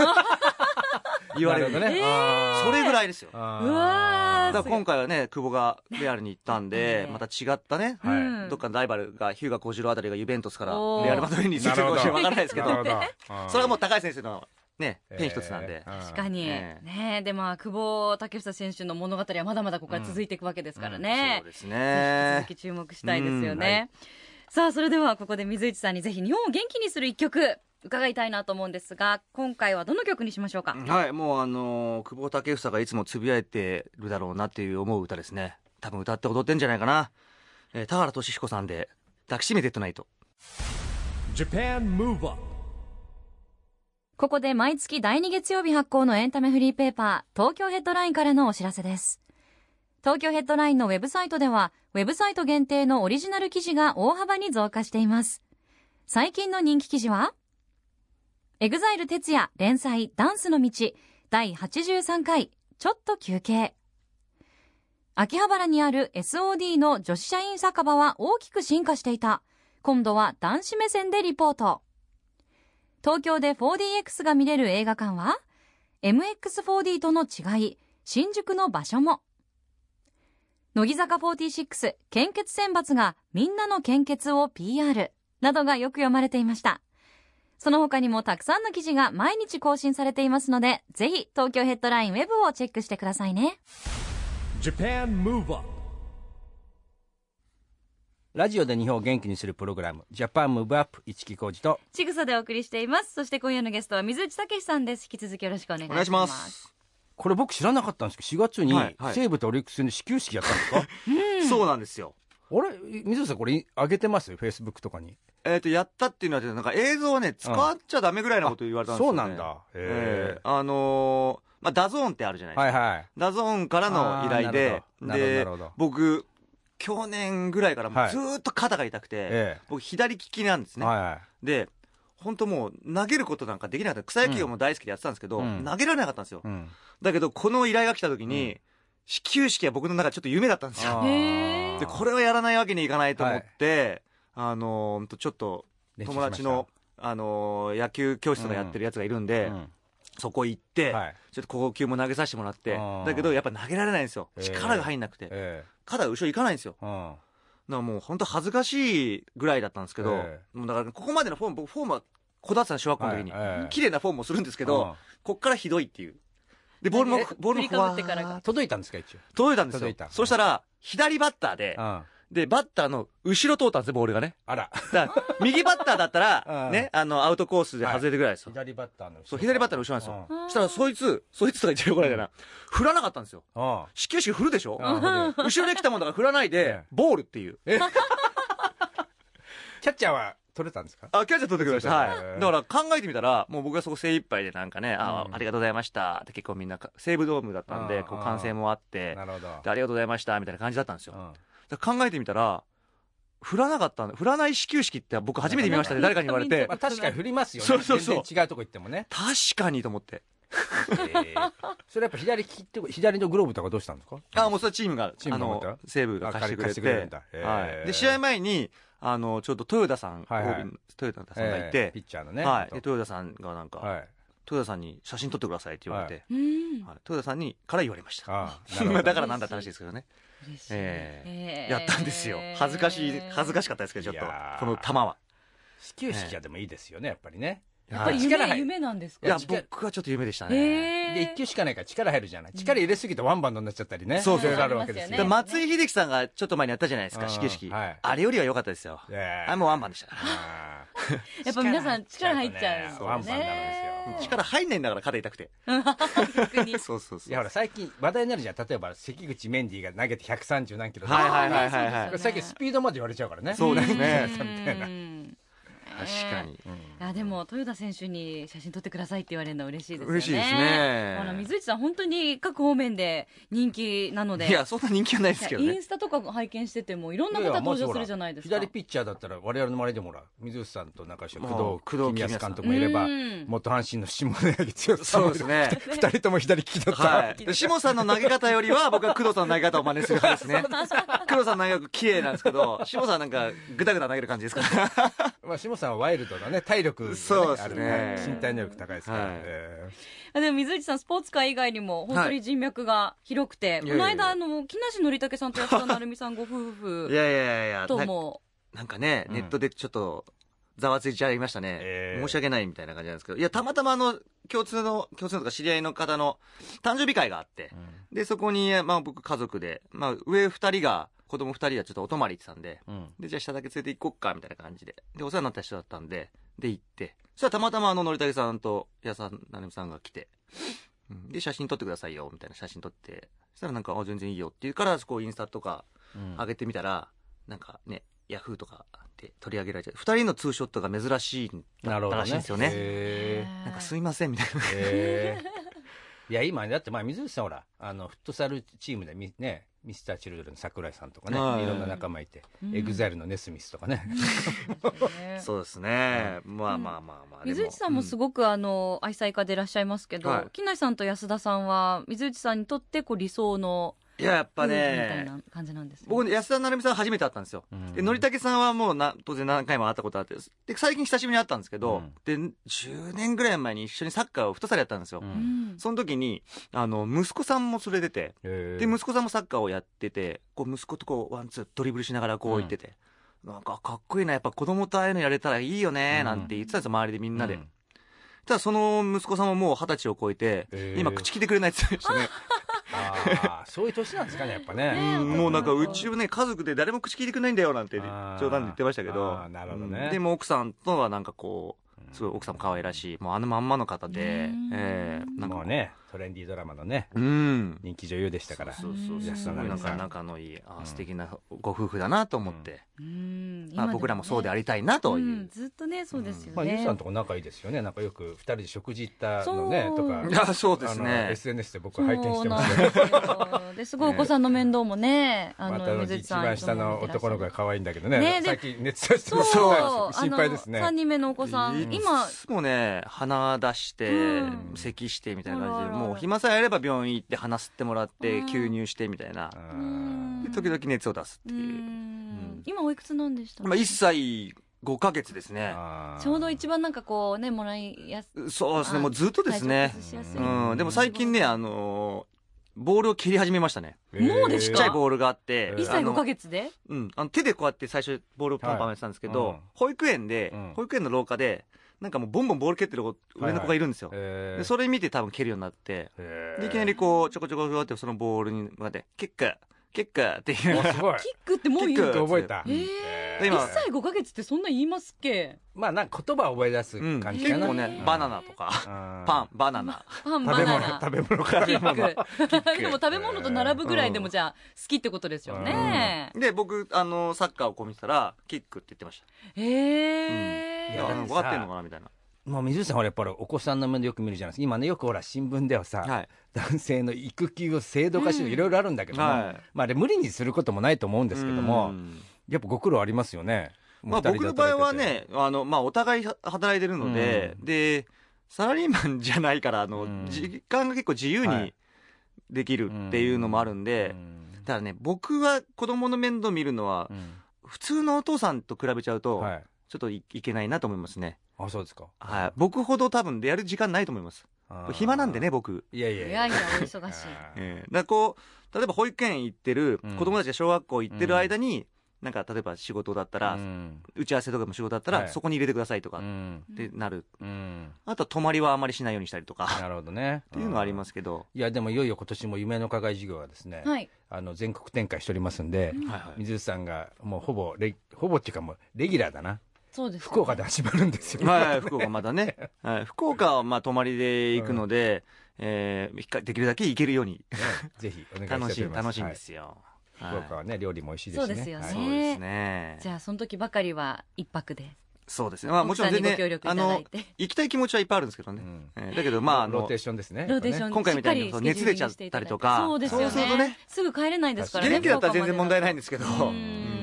[SPEAKER 4] 言われる
[SPEAKER 2] なほどね、
[SPEAKER 3] えー
[SPEAKER 2] あー
[SPEAKER 4] それぐらいですよだ
[SPEAKER 2] あ
[SPEAKER 3] うわー
[SPEAKER 4] から今回はね久保がレアルに行ったんでまた違ったね
[SPEAKER 2] はい
[SPEAKER 3] うん
[SPEAKER 4] どっかのライバルがヒューガ小次郎あたりがユベントスから
[SPEAKER 3] おー
[SPEAKER 4] レアル・マドリードに移籍するかもしれないわからないですけど
[SPEAKER 2] なるほど
[SPEAKER 4] それはもう
[SPEAKER 2] う
[SPEAKER 4] 高橋先生のねペン一つなんで、
[SPEAKER 3] 確かに、
[SPEAKER 4] ええ
[SPEAKER 3] ねえでまあ久保建英選手の物語はまだまだここから続いていくわけですからね
[SPEAKER 4] そう、です
[SPEAKER 3] ぜ
[SPEAKER 4] ね
[SPEAKER 3] ひ引き続き注目したいですよね、
[SPEAKER 4] うんは
[SPEAKER 3] さあそれではここで水内さんにぜひ日本を元気にする一曲伺いたいなと思うんですが今回はどの曲にしましょうか、
[SPEAKER 4] はいもうあのー久保建英がいつもつぶやいてるだろうなっていう思う歌ですね多分歌って踊ってんじゃないかな、えー田原俊彦さんで「抱きしめてトゥナイト
[SPEAKER 1] Japan Move Up
[SPEAKER 5] ここで毎月第2月曜日発行のエンタメフリーペーパー、東京ヘッドラインからのお知らせです。東京ヘッドラインのウェブサイトでは、ウェブサイト限定のオリジナル記事が大幅に増加しています。最近の人気記事は、エグザイル哲也連載ダンスの道第83回、ちょっと休憩。秋葉原にある SOD の女子社員酒場は大きく進化していた。今度は男子目線でリポート。東京で 4DX が見れる映画館は MX4D との違い新宿の場所も乃木坂46献血選抜がみんなの献血を PR などがよく読まれていましたその他にもたくさんの記事が毎日更新されていますのでぜひ東京ヘッドラインウェブをチェックしてくださいね
[SPEAKER 1] Japan Move Up
[SPEAKER 2] ラジオで日本を元気にするプログラム、ジャパンムーブアップ一木工事と、
[SPEAKER 3] ちぐさでお送りしていますそして今夜のゲストは水内武さんです引き続きよろしくお願い」
[SPEAKER 4] お願い
[SPEAKER 3] し
[SPEAKER 4] し
[SPEAKER 3] ま
[SPEAKER 4] ますす、
[SPEAKER 2] これ僕知らなかったんですけど、4月に
[SPEAKER 4] はいはい
[SPEAKER 2] 西武とオリックス戦で始球式やったんですか
[SPEAKER 4] (laughs) そうなんですよ
[SPEAKER 2] あれ水野さんこれ上げてますフェイスブックとかに。
[SPEAKER 4] えっ、とやったっていうのはなんか映像をね使っちゃダメぐらいのこと言われたんですよ、ね
[SPEAKER 2] あそうなんだへ
[SPEAKER 4] え
[SPEAKER 2] え
[SPEAKER 4] えあのーまあダゾーンってあるじゃないですか、
[SPEAKER 2] はいはい。
[SPEAKER 4] ダゾーンからの依頼で
[SPEAKER 2] あ、ーなるほどな
[SPEAKER 4] で
[SPEAKER 2] るほどなるほど、
[SPEAKER 4] 僕、去年ぐらいからもうずーっと肩が痛くて、
[SPEAKER 2] ええ
[SPEAKER 4] 僕、左利きなんですね。
[SPEAKER 2] はいはい。
[SPEAKER 4] で、本当もう投げることなんかできなかった。草野球も大好きでやってたんですけど、
[SPEAKER 2] うん
[SPEAKER 4] 投げられなかったんですよ。
[SPEAKER 2] うん。
[SPEAKER 4] だけど、この依頼が来た時に、始球式は僕の中でちょっと夢だったんですよ。
[SPEAKER 3] へ
[SPEAKER 2] あー
[SPEAKER 4] で、これはやらないわけにいかないと思って、あのーほんとちょっと友達の、、あのー野球教室とかやってるやつがいるん
[SPEAKER 2] う
[SPEAKER 4] で、
[SPEAKER 2] ん
[SPEAKER 4] そこ行って、
[SPEAKER 2] はい。
[SPEAKER 4] ちょっと高級も投げさせてもらって
[SPEAKER 2] あー、
[SPEAKER 4] だけどやっぱ投げられないんですよ。
[SPEAKER 2] えー
[SPEAKER 4] 力が入んなくて。
[SPEAKER 2] え
[SPEAKER 4] 肩が後ろ行かないんですよ。だ
[SPEAKER 2] え。うん。
[SPEAKER 4] からもう本当恥ずかしいぐらいだったんですけど、
[SPEAKER 2] え
[SPEAKER 4] もうだからここまでのフォーム、僕フォームはこだわってたの小学校の時に。
[SPEAKER 2] はいええ
[SPEAKER 4] 綺麗なフォームをするんですけ
[SPEAKER 2] うん
[SPEAKER 4] ど、こっからひどいっていう。で、ボールも
[SPEAKER 2] え、
[SPEAKER 4] ボールも
[SPEAKER 3] 振りかぶって
[SPEAKER 4] ふわ
[SPEAKER 3] から
[SPEAKER 4] ー
[SPEAKER 3] が
[SPEAKER 2] 届いたんですか一応。
[SPEAKER 4] 届いたんです
[SPEAKER 2] 届い
[SPEAKER 4] よ
[SPEAKER 2] た。
[SPEAKER 4] そしたら、左バッターで
[SPEAKER 2] う、ん。
[SPEAKER 4] で、バッターの後ろ通ったんですよ、ボールがね。
[SPEAKER 2] あら。
[SPEAKER 4] だから右バッターだった
[SPEAKER 2] う
[SPEAKER 4] ら
[SPEAKER 2] ん、
[SPEAKER 4] ね、あの、アウトコースで外れるぐらいですよ。
[SPEAKER 2] 左バッターの後ろ
[SPEAKER 4] そう、左バッターの後ろなんです
[SPEAKER 2] う
[SPEAKER 4] よ。そしたら、そいつ、そいつとか言ってるぐらいだな。振らなかったんですよ。
[SPEAKER 2] ん。
[SPEAKER 4] 始球式振るでしょ
[SPEAKER 2] うんなるほど。
[SPEAKER 4] 後ろで来たもんだから振らないで
[SPEAKER 2] ええ、
[SPEAKER 4] ボールっていう。
[SPEAKER 2] キャッチャーは取れたんですか
[SPEAKER 4] あ、キャッチャー取ってくれました。
[SPEAKER 2] そうだね
[SPEAKER 4] はい。だから考えてみたら、もう僕がそこ精一杯でなんかね、あ
[SPEAKER 2] うん
[SPEAKER 4] ありがとうございましたって結構みんなか、西武ドームだったん
[SPEAKER 2] あ
[SPEAKER 4] で、
[SPEAKER 2] ー
[SPEAKER 4] こう歓声もあって、
[SPEAKER 2] なるほど。
[SPEAKER 4] でありがとうございましたみたいな感じだったんですよ。
[SPEAKER 2] うん
[SPEAKER 4] だから考えてみたら、振らなかったんだ振らない始球式って僕初めて見ましたね、誰かに言われて
[SPEAKER 2] まあ、。確かに振りますよね。
[SPEAKER 4] そうそうそう。
[SPEAKER 2] 全然違うとこ行ってもね
[SPEAKER 4] (laughs) 確かにと思って。
[SPEAKER 2] ええそれやっぱ左利きってこと左のグローブとかどうしたんですか
[SPEAKER 4] あ、もうそれチームが、
[SPEAKER 2] チー
[SPEAKER 4] あ
[SPEAKER 2] ムが持っ
[SPEAKER 4] の
[SPEAKER 2] た、
[SPEAKER 4] 西武が貸してくれ
[SPEAKER 2] あ貸してくれるん
[SPEAKER 4] て
[SPEAKER 2] だ。へー
[SPEAKER 4] はい。で、試合前に、あの、ちょっと豊田さん、
[SPEAKER 2] はいはい
[SPEAKER 4] OB 豊田さんがい
[SPEAKER 2] ええ
[SPEAKER 4] て
[SPEAKER 2] ピッ、チャーのね。
[SPEAKER 4] はい。で
[SPEAKER 2] えっと
[SPEAKER 4] 豊田さんがなんか、
[SPEAKER 2] はい。
[SPEAKER 4] 豊田さんに写真撮ってくださいって言われて、
[SPEAKER 3] うん
[SPEAKER 4] はい豊田さんにから言われま (laughs) した。
[SPEAKER 2] ああ、なるほ
[SPEAKER 4] ま
[SPEAKER 2] ど
[SPEAKER 4] あだからなんだって話ですけどね。
[SPEAKER 3] 嬉しい
[SPEAKER 4] え
[SPEAKER 3] え
[SPEAKER 4] え
[SPEAKER 3] え
[SPEAKER 4] やったんですよ。恥ずかしい、恥ずかしかったですけど、ちょっ
[SPEAKER 2] い
[SPEAKER 4] と
[SPEAKER 2] やー。
[SPEAKER 4] この玉は。
[SPEAKER 2] 始球式はでもいいですよね、やっぱりね。
[SPEAKER 3] やっぱり
[SPEAKER 2] 力入
[SPEAKER 3] 夢
[SPEAKER 2] る
[SPEAKER 3] 夢なんです
[SPEAKER 4] い
[SPEAKER 3] か
[SPEAKER 4] や、
[SPEAKER 2] 力
[SPEAKER 4] 僕はちょっと夢でしたね。
[SPEAKER 2] で、
[SPEAKER 3] え
[SPEAKER 2] 一球しかないから力入るじゃない。力入れすぎてワンバウンドになっちゃったりね。
[SPEAKER 4] そうそう
[SPEAKER 2] いろいろあるわけです
[SPEAKER 3] ね
[SPEAKER 4] で
[SPEAKER 2] よ。
[SPEAKER 4] 松井秀喜さんがちょっと前にやったじゃないです
[SPEAKER 2] う
[SPEAKER 4] か、
[SPEAKER 2] ん
[SPEAKER 4] 始球式
[SPEAKER 2] はい。
[SPEAKER 4] あれよりは良かったですよ。
[SPEAKER 2] ええ
[SPEAKER 4] あれもうワンバンでした。
[SPEAKER 2] あ
[SPEAKER 3] やっぱ皆さん力入っちゃう
[SPEAKER 2] 力入っちゃう
[SPEAKER 3] んだね
[SPEAKER 2] とねワンバンになるんですよ。
[SPEAKER 4] 力入んないんだから、肩痛くて。
[SPEAKER 3] 逆に
[SPEAKER 4] そうそうそ
[SPEAKER 2] いやほら最近話題になるじゃん例えば関口メンディーが投げて130何キロ
[SPEAKER 4] はいはいはいはい
[SPEAKER 3] あーねそうですよね
[SPEAKER 4] はい。
[SPEAKER 2] 最近スピードまで言われちゃうからね
[SPEAKER 4] そうですね
[SPEAKER 2] みたいな
[SPEAKER 3] うん
[SPEAKER 4] 確かに、
[SPEAKER 3] いやでも豊田選手に写真撮ってくださいって言われるのは嬉しいですよね。
[SPEAKER 4] 嬉しいですね
[SPEAKER 3] あの水内さん本当に各方面で人気なので。
[SPEAKER 4] いやそんな人気はないですけど
[SPEAKER 3] いやイ
[SPEAKER 4] ね
[SPEAKER 3] ンスタとか拝見しててもいろんない
[SPEAKER 2] やい
[SPEAKER 3] 方
[SPEAKER 2] や
[SPEAKER 3] 登
[SPEAKER 2] まず
[SPEAKER 3] 場
[SPEAKER 2] ほ
[SPEAKER 3] す
[SPEAKER 2] ら
[SPEAKER 3] るじゃないですか。
[SPEAKER 2] 左ピッチャーだったら我々の周りでもほら水内さんと仲良しの
[SPEAKER 4] まあ
[SPEAKER 2] 工藤
[SPEAKER 4] 工藤
[SPEAKER 2] 公康
[SPEAKER 4] 公康さん
[SPEAKER 2] 監督もいれば
[SPEAKER 3] うん
[SPEAKER 2] 元阪神の下柳剛さん
[SPEAKER 4] そうですね
[SPEAKER 2] 2人とも左利きだった、
[SPEAKER 4] はい下さんの投げ方よりは僕は工藤さんの投げ方を真似する派ですね工藤さんの投げ方綺麗なんですけど下さんなんかグダグダ投げる感じですから
[SPEAKER 2] まあ、下さんはワイルドなね体力が、ね、
[SPEAKER 4] そうですね
[SPEAKER 2] あるから身体能力高いですから、
[SPEAKER 4] はい
[SPEAKER 2] え
[SPEAKER 3] あでも水内さんスポーツ界以外にも本当に人脈が広くて、
[SPEAKER 4] い
[SPEAKER 3] この間あの木梨憲武さんと安田成美さんご夫
[SPEAKER 4] い
[SPEAKER 3] 婦
[SPEAKER 4] やいやいや
[SPEAKER 3] と
[SPEAKER 4] な
[SPEAKER 3] も
[SPEAKER 4] なんかね
[SPEAKER 2] うん
[SPEAKER 4] ネットでちょっとざわついちゃいましたね、
[SPEAKER 2] ええ
[SPEAKER 4] 申し訳ないみたいな感じなんですけどいやたまたまあの共通の共通のとか知り合いの方の誕生日会があって
[SPEAKER 2] ー
[SPEAKER 4] でそこに、まあ、僕家族で、まあ、上2人が子供2人はちょっとお泊まり行ってたんで
[SPEAKER 2] うんうん
[SPEAKER 4] で、じゃあ下だけ連れて行こっか、みたいな感じで。で、お世話になった人だったんで、で、行って。そしたらたまたまあの、のりたけさんと、やさん、なるみさんが来て、うんで、写真撮ってくださいよ、みたいな写真撮って。そしたらなんか、あ、全然いいよって言うから、そこをインスタとか
[SPEAKER 2] うん
[SPEAKER 4] 上げてみたら、なんかね、ヤフーとかで取り上げられちゃう。二人のツーショットが珍しいんだ
[SPEAKER 2] な
[SPEAKER 4] っ
[SPEAKER 2] るほ
[SPEAKER 4] た
[SPEAKER 2] ど
[SPEAKER 4] らしいん
[SPEAKER 2] ね
[SPEAKER 4] ですよね。
[SPEAKER 2] へー
[SPEAKER 4] なんかすいません、みたいな。
[SPEAKER 2] へーいや今ねだってまあ水内さんほらあのフットサルチームでみねミスターチルドレンの桜井さんとかね、
[SPEAKER 4] はい
[SPEAKER 2] い、ろんな仲間いて、
[SPEAKER 3] うん
[SPEAKER 2] エグザイルのネスミスとかね、
[SPEAKER 3] (laughs) ね
[SPEAKER 4] そうですね。まあまあまあまあ。でも
[SPEAKER 3] 水内さんもすごく、あの愛妻家でいらっしゃいますけど、
[SPEAKER 4] はい
[SPEAKER 3] 木梨さんと安田さんは水内さんにとってこう理想の
[SPEAKER 4] いや、やっ
[SPEAKER 3] 夫
[SPEAKER 4] ぱ
[SPEAKER 3] 婦みたい
[SPEAKER 4] ね、
[SPEAKER 3] な感じなんですね。
[SPEAKER 4] 僕、安田成美さん初めて会ったんですよ。
[SPEAKER 2] うん
[SPEAKER 4] で、のりたけさんはもうな、当然何回も会ったことあって、で、最近久しぶりに会ったんですけど、
[SPEAKER 2] うん
[SPEAKER 4] で、10年ぐらい前に一緒にサッカーをフットサルやったんですよ。
[SPEAKER 2] う
[SPEAKER 3] うんん
[SPEAKER 4] その時に、あの、息子さんも連れてて、
[SPEAKER 2] へー
[SPEAKER 4] で、息子さんもサッカーをやってて、こう、息子とこう、ワンツードリブルしながらこう行ってて、なんかかっこいいな、やっぱ子供とああいうのやれたらいいよね、
[SPEAKER 2] うん
[SPEAKER 4] なんて言ってたんですよ、周りでみんなで。
[SPEAKER 2] うん
[SPEAKER 4] ただ、その息子さんももう二十歳を超えて、
[SPEAKER 2] へー
[SPEAKER 4] 今、口聞いてくれないって言ってましたね。
[SPEAKER 2] ああそういう年なんですかねやっぱね
[SPEAKER 3] ねえ
[SPEAKER 4] うんもうなんかうちはね家族で誰も口聞いてくれないんだよなんて
[SPEAKER 2] あー
[SPEAKER 4] 冗談で言ってましたけど
[SPEAKER 2] あーなるほどね
[SPEAKER 4] うんでも奥さんとはなんかこうすごい奥さんも可愛らしいもうあのまんまの方で
[SPEAKER 3] うん
[SPEAKER 4] ええなん
[SPEAKER 2] も
[SPEAKER 4] か
[SPEAKER 2] うねトレンディードラマのね
[SPEAKER 4] うん
[SPEAKER 2] 人気女優でしたから
[SPEAKER 4] そうそうそう
[SPEAKER 2] 安
[SPEAKER 4] す
[SPEAKER 2] 田
[SPEAKER 4] ご
[SPEAKER 2] 成
[SPEAKER 4] いな
[SPEAKER 2] 美
[SPEAKER 4] ん
[SPEAKER 2] さ
[SPEAKER 4] か
[SPEAKER 2] ん
[SPEAKER 4] 仲のいいあー素敵なご夫婦だなと思って
[SPEAKER 3] うん
[SPEAKER 4] まあ僕らもそうでありたいなと
[SPEAKER 3] う
[SPEAKER 4] い
[SPEAKER 3] ん
[SPEAKER 4] う
[SPEAKER 3] ずっとねそうですよね。
[SPEAKER 2] まあ、ゆうさんとこ仲いいですよね。なんかよく二人で食事行ったのね
[SPEAKER 3] そ、
[SPEAKER 2] と
[SPEAKER 3] う
[SPEAKER 2] か。
[SPEAKER 4] いやそうです
[SPEAKER 2] あの
[SPEAKER 4] ね
[SPEAKER 2] SNS で僕
[SPEAKER 3] そう
[SPEAKER 2] は
[SPEAKER 3] な
[SPEAKER 2] 拝見してます
[SPEAKER 3] ん
[SPEAKER 2] よ。
[SPEAKER 3] ですよですごいお子さんの面倒もね、あ
[SPEAKER 2] また
[SPEAKER 3] の
[SPEAKER 2] の
[SPEAKER 3] 水内
[SPEAKER 2] 一
[SPEAKER 3] さん
[SPEAKER 2] 番下の男の子が可愛いんだけどね。
[SPEAKER 3] ねで
[SPEAKER 2] 最近熱出して
[SPEAKER 3] そう
[SPEAKER 2] ます
[SPEAKER 3] そう
[SPEAKER 2] (laughs) 心配ですね
[SPEAKER 3] 3。人目のお子さん、
[SPEAKER 4] い
[SPEAKER 3] 今
[SPEAKER 4] つもね鼻出して、
[SPEAKER 3] うん
[SPEAKER 4] 咳してみたいな感じ
[SPEAKER 3] あら
[SPEAKER 4] で
[SPEAKER 3] あら
[SPEAKER 4] もう暇さえあれば病院行って鼻吸ってもらって
[SPEAKER 3] うん
[SPEAKER 4] 吸入してみたい
[SPEAKER 2] あ
[SPEAKER 4] な
[SPEAKER 2] ー
[SPEAKER 3] うん
[SPEAKER 4] で時々熱を出すっ
[SPEAKER 3] う
[SPEAKER 4] ていう。
[SPEAKER 3] ん
[SPEAKER 4] うん
[SPEAKER 3] 今おいくつなんでした
[SPEAKER 4] まあ、1歳5ヶ月ですね。
[SPEAKER 2] あー
[SPEAKER 3] ちょうど一番なんかこうねもらいやす
[SPEAKER 4] そうですね、
[SPEAKER 3] あ
[SPEAKER 4] もうずっとです
[SPEAKER 3] 体。
[SPEAKER 4] ね
[SPEAKER 3] 調崩しやすい
[SPEAKER 4] うん、でも最近ね、あのーボールを蹴り始めましたね。
[SPEAKER 2] えー
[SPEAKER 3] もうです
[SPEAKER 4] ち
[SPEAKER 3] か
[SPEAKER 4] っちゃいボールがあって、
[SPEAKER 2] うん
[SPEAKER 3] 1歳
[SPEAKER 4] あの
[SPEAKER 3] 5ヶ月で
[SPEAKER 4] うん、あの手でこうやって最初ボールをパンパン
[SPEAKER 2] は
[SPEAKER 4] や
[SPEAKER 2] い
[SPEAKER 4] ってたんですけど、
[SPEAKER 2] うん
[SPEAKER 4] 保育園で、
[SPEAKER 2] うん
[SPEAKER 4] 保育園の廊下で、なんかもうボンボンボール蹴ってる子上の子がいるんですよ。
[SPEAKER 2] えー
[SPEAKER 4] でそれ見て多分蹴るようになって、
[SPEAKER 2] えー
[SPEAKER 4] でいきなりこう、ちょこちょこちょこってそのボールに向かって、キック、キックっていう。
[SPEAKER 2] おすごい。
[SPEAKER 3] キックってもう言
[SPEAKER 4] キ
[SPEAKER 3] う
[SPEAKER 4] ッ
[SPEAKER 3] の
[SPEAKER 4] ク
[SPEAKER 2] 覚えた。
[SPEAKER 3] えー
[SPEAKER 2] え
[SPEAKER 4] で
[SPEAKER 2] ー
[SPEAKER 4] 今
[SPEAKER 3] 1歳5ヶ月ってそんな言いますっけ
[SPEAKER 2] まあ、なんか言葉を覚え出す
[SPEAKER 4] うん、
[SPEAKER 2] 感じ
[SPEAKER 4] 結
[SPEAKER 2] かな。
[SPEAKER 4] 構ね、バナナとか、パ
[SPEAKER 2] パ
[SPEAKER 4] ン、。バナ
[SPEAKER 2] (laughs)
[SPEAKER 4] ナ。
[SPEAKER 3] パンバ
[SPEAKER 2] 食べ
[SPEAKER 3] ナ
[SPEAKER 2] 物、
[SPEAKER 3] ナ
[SPEAKER 2] 食べ物から
[SPEAKER 3] キ
[SPEAKER 2] 食べ
[SPEAKER 3] ッ
[SPEAKER 2] 物。
[SPEAKER 3] ク (laughs) でも食べ物と並ぶぐらいでもじゃあ好きってことですよね
[SPEAKER 4] で、僕、あの、サッカーをこう見てたら、キックって言ってました。
[SPEAKER 3] へ
[SPEAKER 4] い
[SPEAKER 3] え
[SPEAKER 4] や、
[SPEAKER 2] う
[SPEAKER 4] あ
[SPEAKER 2] んでも
[SPEAKER 4] の分
[SPEAKER 2] さ
[SPEAKER 4] かってんのかなみたいな。
[SPEAKER 2] もう水内さんほらやっぱりお子さんの面でよく見るじゃないですか今ねよくほら新聞ではさ、
[SPEAKER 4] はい
[SPEAKER 2] 男性の育休を制度化しよ
[SPEAKER 3] う
[SPEAKER 2] うんいろいろあるんだけども、
[SPEAKER 4] はい
[SPEAKER 2] まあ、あれ無理にすることもないと思うんですけども、
[SPEAKER 4] うん
[SPEAKER 2] やっぱご苦労ありますよね。
[SPEAKER 4] まあ、
[SPEAKER 2] もう二人で
[SPEAKER 4] 僕の
[SPEAKER 2] 働いてて
[SPEAKER 4] 場合は、ね、あの、まあ、お互い働いてるので、
[SPEAKER 2] う
[SPEAKER 4] で、サラリーマンじゃないから、あの、
[SPEAKER 2] うん
[SPEAKER 4] 時間が結構自由
[SPEAKER 2] は
[SPEAKER 4] に
[SPEAKER 2] い
[SPEAKER 4] できるっていうのもあるんで、
[SPEAKER 2] うん
[SPEAKER 4] ただね、僕は子供の面倒見るのは
[SPEAKER 2] う、ん
[SPEAKER 4] 普通のお父さんと比べちゃうと、
[SPEAKER 2] はい、
[SPEAKER 4] ちょっといいけないなと思いますね。
[SPEAKER 2] あそうですか
[SPEAKER 4] はい。僕ほど多分やる時間ないと思います。
[SPEAKER 2] あー
[SPEAKER 4] 暇なんでね、僕。
[SPEAKER 2] いやい
[SPEAKER 3] い
[SPEAKER 2] や
[SPEAKER 3] やいやお忙しい
[SPEAKER 2] あー
[SPEAKER 4] ええだからこう例えば保育園行ってる、
[SPEAKER 2] うん
[SPEAKER 4] 子供たちが小学校行ってる間に、なんか例えば仕事だったら、
[SPEAKER 2] うん
[SPEAKER 4] 打ち合わせとかも仕事だったら、
[SPEAKER 2] はい
[SPEAKER 4] そこに入れてくださいとか
[SPEAKER 2] う
[SPEAKER 4] っ
[SPEAKER 2] ん
[SPEAKER 4] てなる、
[SPEAKER 2] うん
[SPEAKER 4] あとは泊まりはあまりしないようにしたりとか、っ
[SPEAKER 2] なるほどね
[SPEAKER 4] ていうのはありますすけど、
[SPEAKER 2] いやでもいよいよ今年も夢の課外授業はですね、
[SPEAKER 3] はい
[SPEAKER 2] あの全国展開しておりますんで、
[SPEAKER 4] はいはい
[SPEAKER 2] 水内さんがもうほぼレほぼっていうかもうレギュラーだな
[SPEAKER 3] そうですね
[SPEAKER 2] 福岡で始まるんですよ、
[SPEAKER 4] はいはい、福岡まだね、はい、福岡はまあ泊まりで行くので、えーひかできるだけ行けるように
[SPEAKER 2] (laughs) ぜひお願いしたいと思い
[SPEAKER 4] 楽しい
[SPEAKER 2] ます
[SPEAKER 4] 楽しいんですよ、
[SPEAKER 2] はい
[SPEAKER 4] はい
[SPEAKER 2] 福岡はね料理も美味しいですしね
[SPEAKER 3] そうですよね
[SPEAKER 2] はい
[SPEAKER 4] そうですね
[SPEAKER 3] じゃあその時ばかりは一泊で
[SPEAKER 4] いそうですね。まあもちろん全
[SPEAKER 3] 奥さにご協
[SPEAKER 4] 然、
[SPEAKER 3] 力い
[SPEAKER 4] あ
[SPEAKER 3] ただ
[SPEAKER 4] の
[SPEAKER 3] い、て
[SPEAKER 4] 行きたい気持ちはいっぱいあるんですけどね。
[SPEAKER 2] うん
[SPEAKER 4] えーだけど、まあ、あ
[SPEAKER 2] ロー
[SPEAKER 4] の
[SPEAKER 2] テー、ションですね。
[SPEAKER 3] ローテーション
[SPEAKER 4] 今回みたいに
[SPEAKER 3] しっかり
[SPEAKER 4] 熱出ちゃったりとか
[SPEAKER 3] そうですよね
[SPEAKER 4] そうするとね
[SPEAKER 3] すぐ帰れないですからね
[SPEAKER 4] 元気だったら全然問題ないん
[SPEAKER 3] で
[SPEAKER 4] ですけど、
[SPEAKER 3] う
[SPEAKER 4] うん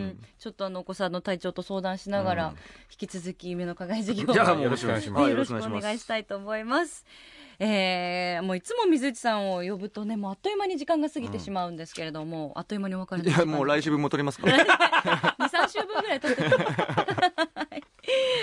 [SPEAKER 3] んちょっとあのお子さんの体調と相談しながら、
[SPEAKER 2] うん
[SPEAKER 3] 引き続き夢の課外授業を
[SPEAKER 4] じゃ
[SPEAKER 3] ね
[SPEAKER 4] あもう
[SPEAKER 2] よろしくお願いします
[SPEAKER 4] は
[SPEAKER 3] よろしくお
[SPEAKER 4] よろしくお願
[SPEAKER 3] 願
[SPEAKER 4] い
[SPEAKER 3] い
[SPEAKER 4] し
[SPEAKER 3] したいと思いますえー、もういつも水内さんを呼ぶとねもうあっという間に時間が過ぎてしまうんですけれども、あっという間にお別れの時
[SPEAKER 4] いや、
[SPEAKER 3] 間に
[SPEAKER 4] もう来週分も取りま
[SPEAKER 3] (laughs)
[SPEAKER 4] すから。
[SPEAKER 3] 二三週分ぐらい経ってた。はい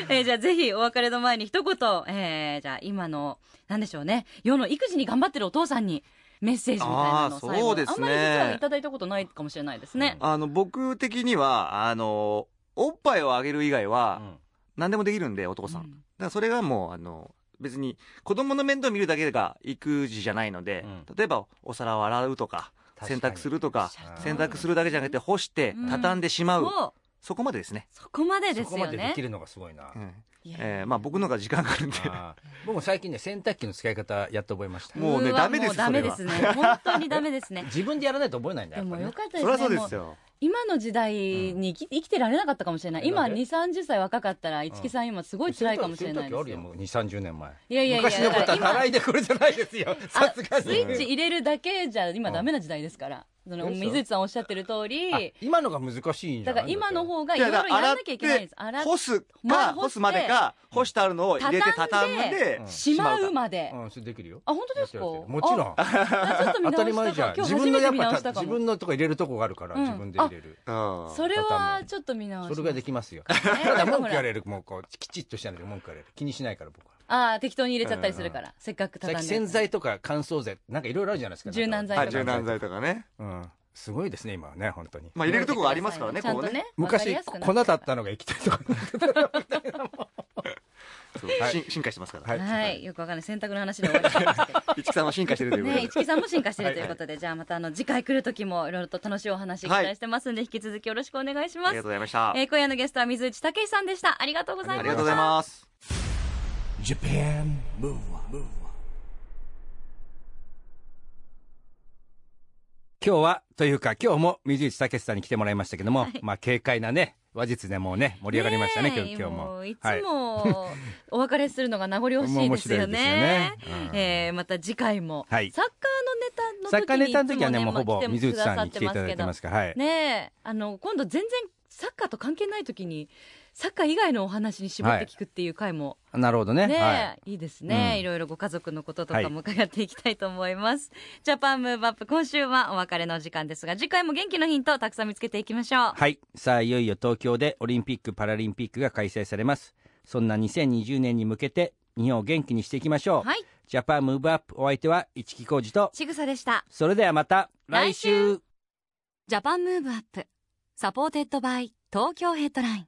[SPEAKER 3] えーじゃあぜひお別れの前に一言、えーじゃあ今の、なんでしょうね、世の育児に頑張ってるお父さんにメッセージみたいなのを
[SPEAKER 4] あー
[SPEAKER 3] 最後
[SPEAKER 4] そうで
[SPEAKER 3] あん
[SPEAKER 4] すね
[SPEAKER 3] まり実はいただいたことないかもしれないですね。
[SPEAKER 4] あの、僕的には、あの、おっぱいをあげる以外
[SPEAKER 2] う
[SPEAKER 4] は、
[SPEAKER 2] ん
[SPEAKER 4] 何でもできるんで、男さん。だからそれがもう、あの、別に、子供の面倒見るだけが育児じゃないので、
[SPEAKER 2] う
[SPEAKER 4] 例えば、お皿を洗うとか、
[SPEAKER 2] 確か
[SPEAKER 4] 洗
[SPEAKER 2] に
[SPEAKER 4] 濯するとか、
[SPEAKER 2] あー
[SPEAKER 4] 洗濯するだけじゃなくて、干して
[SPEAKER 3] うん、
[SPEAKER 4] 畳んでしまう。
[SPEAKER 3] もう、
[SPEAKER 4] そこまでですね。
[SPEAKER 3] そこまでで
[SPEAKER 2] そ
[SPEAKER 3] す
[SPEAKER 2] こま
[SPEAKER 3] よ
[SPEAKER 2] でで
[SPEAKER 3] ね
[SPEAKER 2] き。るのがすごいな
[SPEAKER 4] う。ん
[SPEAKER 3] いや
[SPEAKER 4] えーまあ僕の方が時間があるんで。
[SPEAKER 2] あー (laughs) 僕も最近ね、洗濯機の使い方やっと覚えました。
[SPEAKER 4] もうね
[SPEAKER 3] わ
[SPEAKER 4] ダメです
[SPEAKER 3] もうダメですね。本当にダメですね。
[SPEAKER 2] 自分でやらないと覚えないんだ
[SPEAKER 3] で
[SPEAKER 2] よ。
[SPEAKER 3] もよかったですね。
[SPEAKER 4] そりゃそうです
[SPEAKER 3] もう
[SPEAKER 4] よ。
[SPEAKER 3] 今の時代に生き生きてられなかったかもしれない。今
[SPEAKER 2] なんで
[SPEAKER 3] 2、30歳若かったら、五木さん今すごい辛いかもしれない
[SPEAKER 2] 洗濯機あ
[SPEAKER 3] です
[SPEAKER 2] るよ、
[SPEAKER 3] よ。
[SPEAKER 2] もう2、30年前。
[SPEAKER 3] いやいやいや、
[SPEAKER 2] 昔のこ
[SPEAKER 3] だ
[SPEAKER 2] とは
[SPEAKER 3] から今
[SPEAKER 2] 習いでこれじゃないですよ。
[SPEAKER 3] あ
[SPEAKER 2] さすがに。
[SPEAKER 3] スイッチ入れるだけじゃ今ダメな時代ですから、その
[SPEAKER 2] そうそう
[SPEAKER 3] 水内さんおっしゃってる通
[SPEAKER 2] あ
[SPEAKER 3] り
[SPEAKER 2] 今のが難しいんじゃ
[SPEAKER 3] だ
[SPEAKER 2] な
[SPEAKER 3] か
[SPEAKER 2] い
[SPEAKER 3] ら今
[SPEAKER 2] だ
[SPEAKER 3] の
[SPEAKER 2] っ
[SPEAKER 3] 方がい
[SPEAKER 4] じゃ
[SPEAKER 3] ろ
[SPEAKER 4] あ
[SPEAKER 3] いろやらなきゃいけないんです洗っ
[SPEAKER 4] 干す
[SPEAKER 3] まあ
[SPEAKER 4] か、
[SPEAKER 3] 干して
[SPEAKER 4] 干すまでか、干してあるのを入れて畳ん
[SPEAKER 3] 畳ん
[SPEAKER 4] で
[SPEAKER 2] うん、
[SPEAKER 3] しまうまで
[SPEAKER 2] て、うん、それできるよ。
[SPEAKER 3] あ本当ですか
[SPEAKER 2] やってるやってるもちろん。
[SPEAKER 3] あちょっと
[SPEAKER 2] 当
[SPEAKER 3] 見
[SPEAKER 2] たり
[SPEAKER 3] 直
[SPEAKER 2] 前
[SPEAKER 3] し
[SPEAKER 2] じゃん。
[SPEAKER 3] たかも今
[SPEAKER 2] 自分の
[SPEAKER 3] 日初め
[SPEAKER 2] やっ
[SPEAKER 3] て見直
[SPEAKER 2] ぱ
[SPEAKER 3] したか
[SPEAKER 2] 自
[SPEAKER 3] も
[SPEAKER 2] 分のとこ入れるとこがあるから、
[SPEAKER 3] うん
[SPEAKER 2] 自分で入れる。
[SPEAKER 4] うん
[SPEAKER 3] それはちょっと見直し
[SPEAKER 2] そ
[SPEAKER 3] ます
[SPEAKER 2] れができますよ。
[SPEAKER 3] ね
[SPEAKER 2] ただ文句
[SPEAKER 3] ほ
[SPEAKER 2] 言わ
[SPEAKER 3] ら
[SPEAKER 2] れる、もうこう、きちっとしたので文句言われる。気にしないから僕は。
[SPEAKER 3] あー適当に入れちゃったりするから、
[SPEAKER 2] う
[SPEAKER 3] せっかく
[SPEAKER 2] 最
[SPEAKER 3] 畳ん
[SPEAKER 2] 近
[SPEAKER 3] で
[SPEAKER 2] 洗剤とか乾燥剤、なんかいろいろあるじゃないですか。
[SPEAKER 3] 柔軟剤
[SPEAKER 4] は
[SPEAKER 3] と
[SPEAKER 4] い、
[SPEAKER 3] か
[SPEAKER 4] 柔軟剤とかね。
[SPEAKER 2] うん。すごいですね、今はね、本当に。
[SPEAKER 4] まあ入れるとこがありますからね、
[SPEAKER 3] ちゃ
[SPEAKER 4] こ
[SPEAKER 3] ん
[SPEAKER 4] ことね。
[SPEAKER 3] ね
[SPEAKER 2] 昔、
[SPEAKER 3] わかりやすくな
[SPEAKER 2] 粉だったのが液体とか。
[SPEAKER 4] そう進進化してますから。
[SPEAKER 2] はい
[SPEAKER 3] はいよくわかんない洗濯の話で終わりました
[SPEAKER 2] (laughs)
[SPEAKER 3] けど
[SPEAKER 4] 一木さんは進化してるというこ
[SPEAKER 3] (laughs)
[SPEAKER 4] と
[SPEAKER 3] ね、
[SPEAKER 4] で
[SPEAKER 3] 一木さんも進化してるということで、じゃあまたあの次回来る時もいろいろと楽しいお話期待してますんで、引き続きよろしくお願いし
[SPEAKER 4] あ
[SPEAKER 3] ま
[SPEAKER 4] りがと
[SPEAKER 3] す
[SPEAKER 4] うご。ざいました。あ
[SPEAKER 3] えー今夜のゲストは水内武さんでした。ありがとうござい
[SPEAKER 4] り
[SPEAKER 3] ま
[SPEAKER 4] が
[SPEAKER 3] し
[SPEAKER 4] とう
[SPEAKER 3] た
[SPEAKER 4] ございます。
[SPEAKER 1] Japan Move Up,
[SPEAKER 2] 今日は、というか、今日も水内武さんに来てもらいましたけども、まあ、軽快なね、話術でもうね、盛り上がりましたね、今日
[SPEAKER 3] え
[SPEAKER 2] 今日
[SPEAKER 3] う
[SPEAKER 2] も。
[SPEAKER 3] いつ
[SPEAKER 2] はい
[SPEAKER 3] も、お別れするのが名残惜しいですよ
[SPEAKER 2] も
[SPEAKER 3] ね
[SPEAKER 2] う面白いですよねうん
[SPEAKER 3] えーまた次回も、
[SPEAKER 2] はい
[SPEAKER 3] サッカーのネタの時に
[SPEAKER 2] サッカーネタの時はね、もうほぼ
[SPEAKER 3] いつもね
[SPEAKER 2] 水内さんに来ていただいてま
[SPEAKER 3] く
[SPEAKER 2] すから、はい
[SPEAKER 3] さってますけど。ねえあの今度全然サッカーと関係ない時にサッカー以外のお話に絞って聞くっていう回も、
[SPEAKER 2] なるほどね。
[SPEAKER 3] ね、
[SPEAKER 2] はい
[SPEAKER 3] いですね、
[SPEAKER 2] うん
[SPEAKER 3] いろいろご家族のこととかも伺っていきたいと思います、ジャパンムーブアップ今週はお別れの時間ですが次回も元気のヒントをたくさん見つけていきましょう
[SPEAKER 2] い。はい。さあ、いよいよ東京でオリンピック・パラリンピックが開催されます。そんな2020年に向けて、日本を元気にしていきましょう。
[SPEAKER 3] はい
[SPEAKER 2] ジャパンムーブアップお相手は、市木浩二と、
[SPEAKER 3] ちぐさでした
[SPEAKER 2] それではまた、
[SPEAKER 3] 来
[SPEAKER 2] 来
[SPEAKER 3] 週
[SPEAKER 2] 週
[SPEAKER 5] ジャパンムーブアップサポーテッドバイ東京ヘッドライン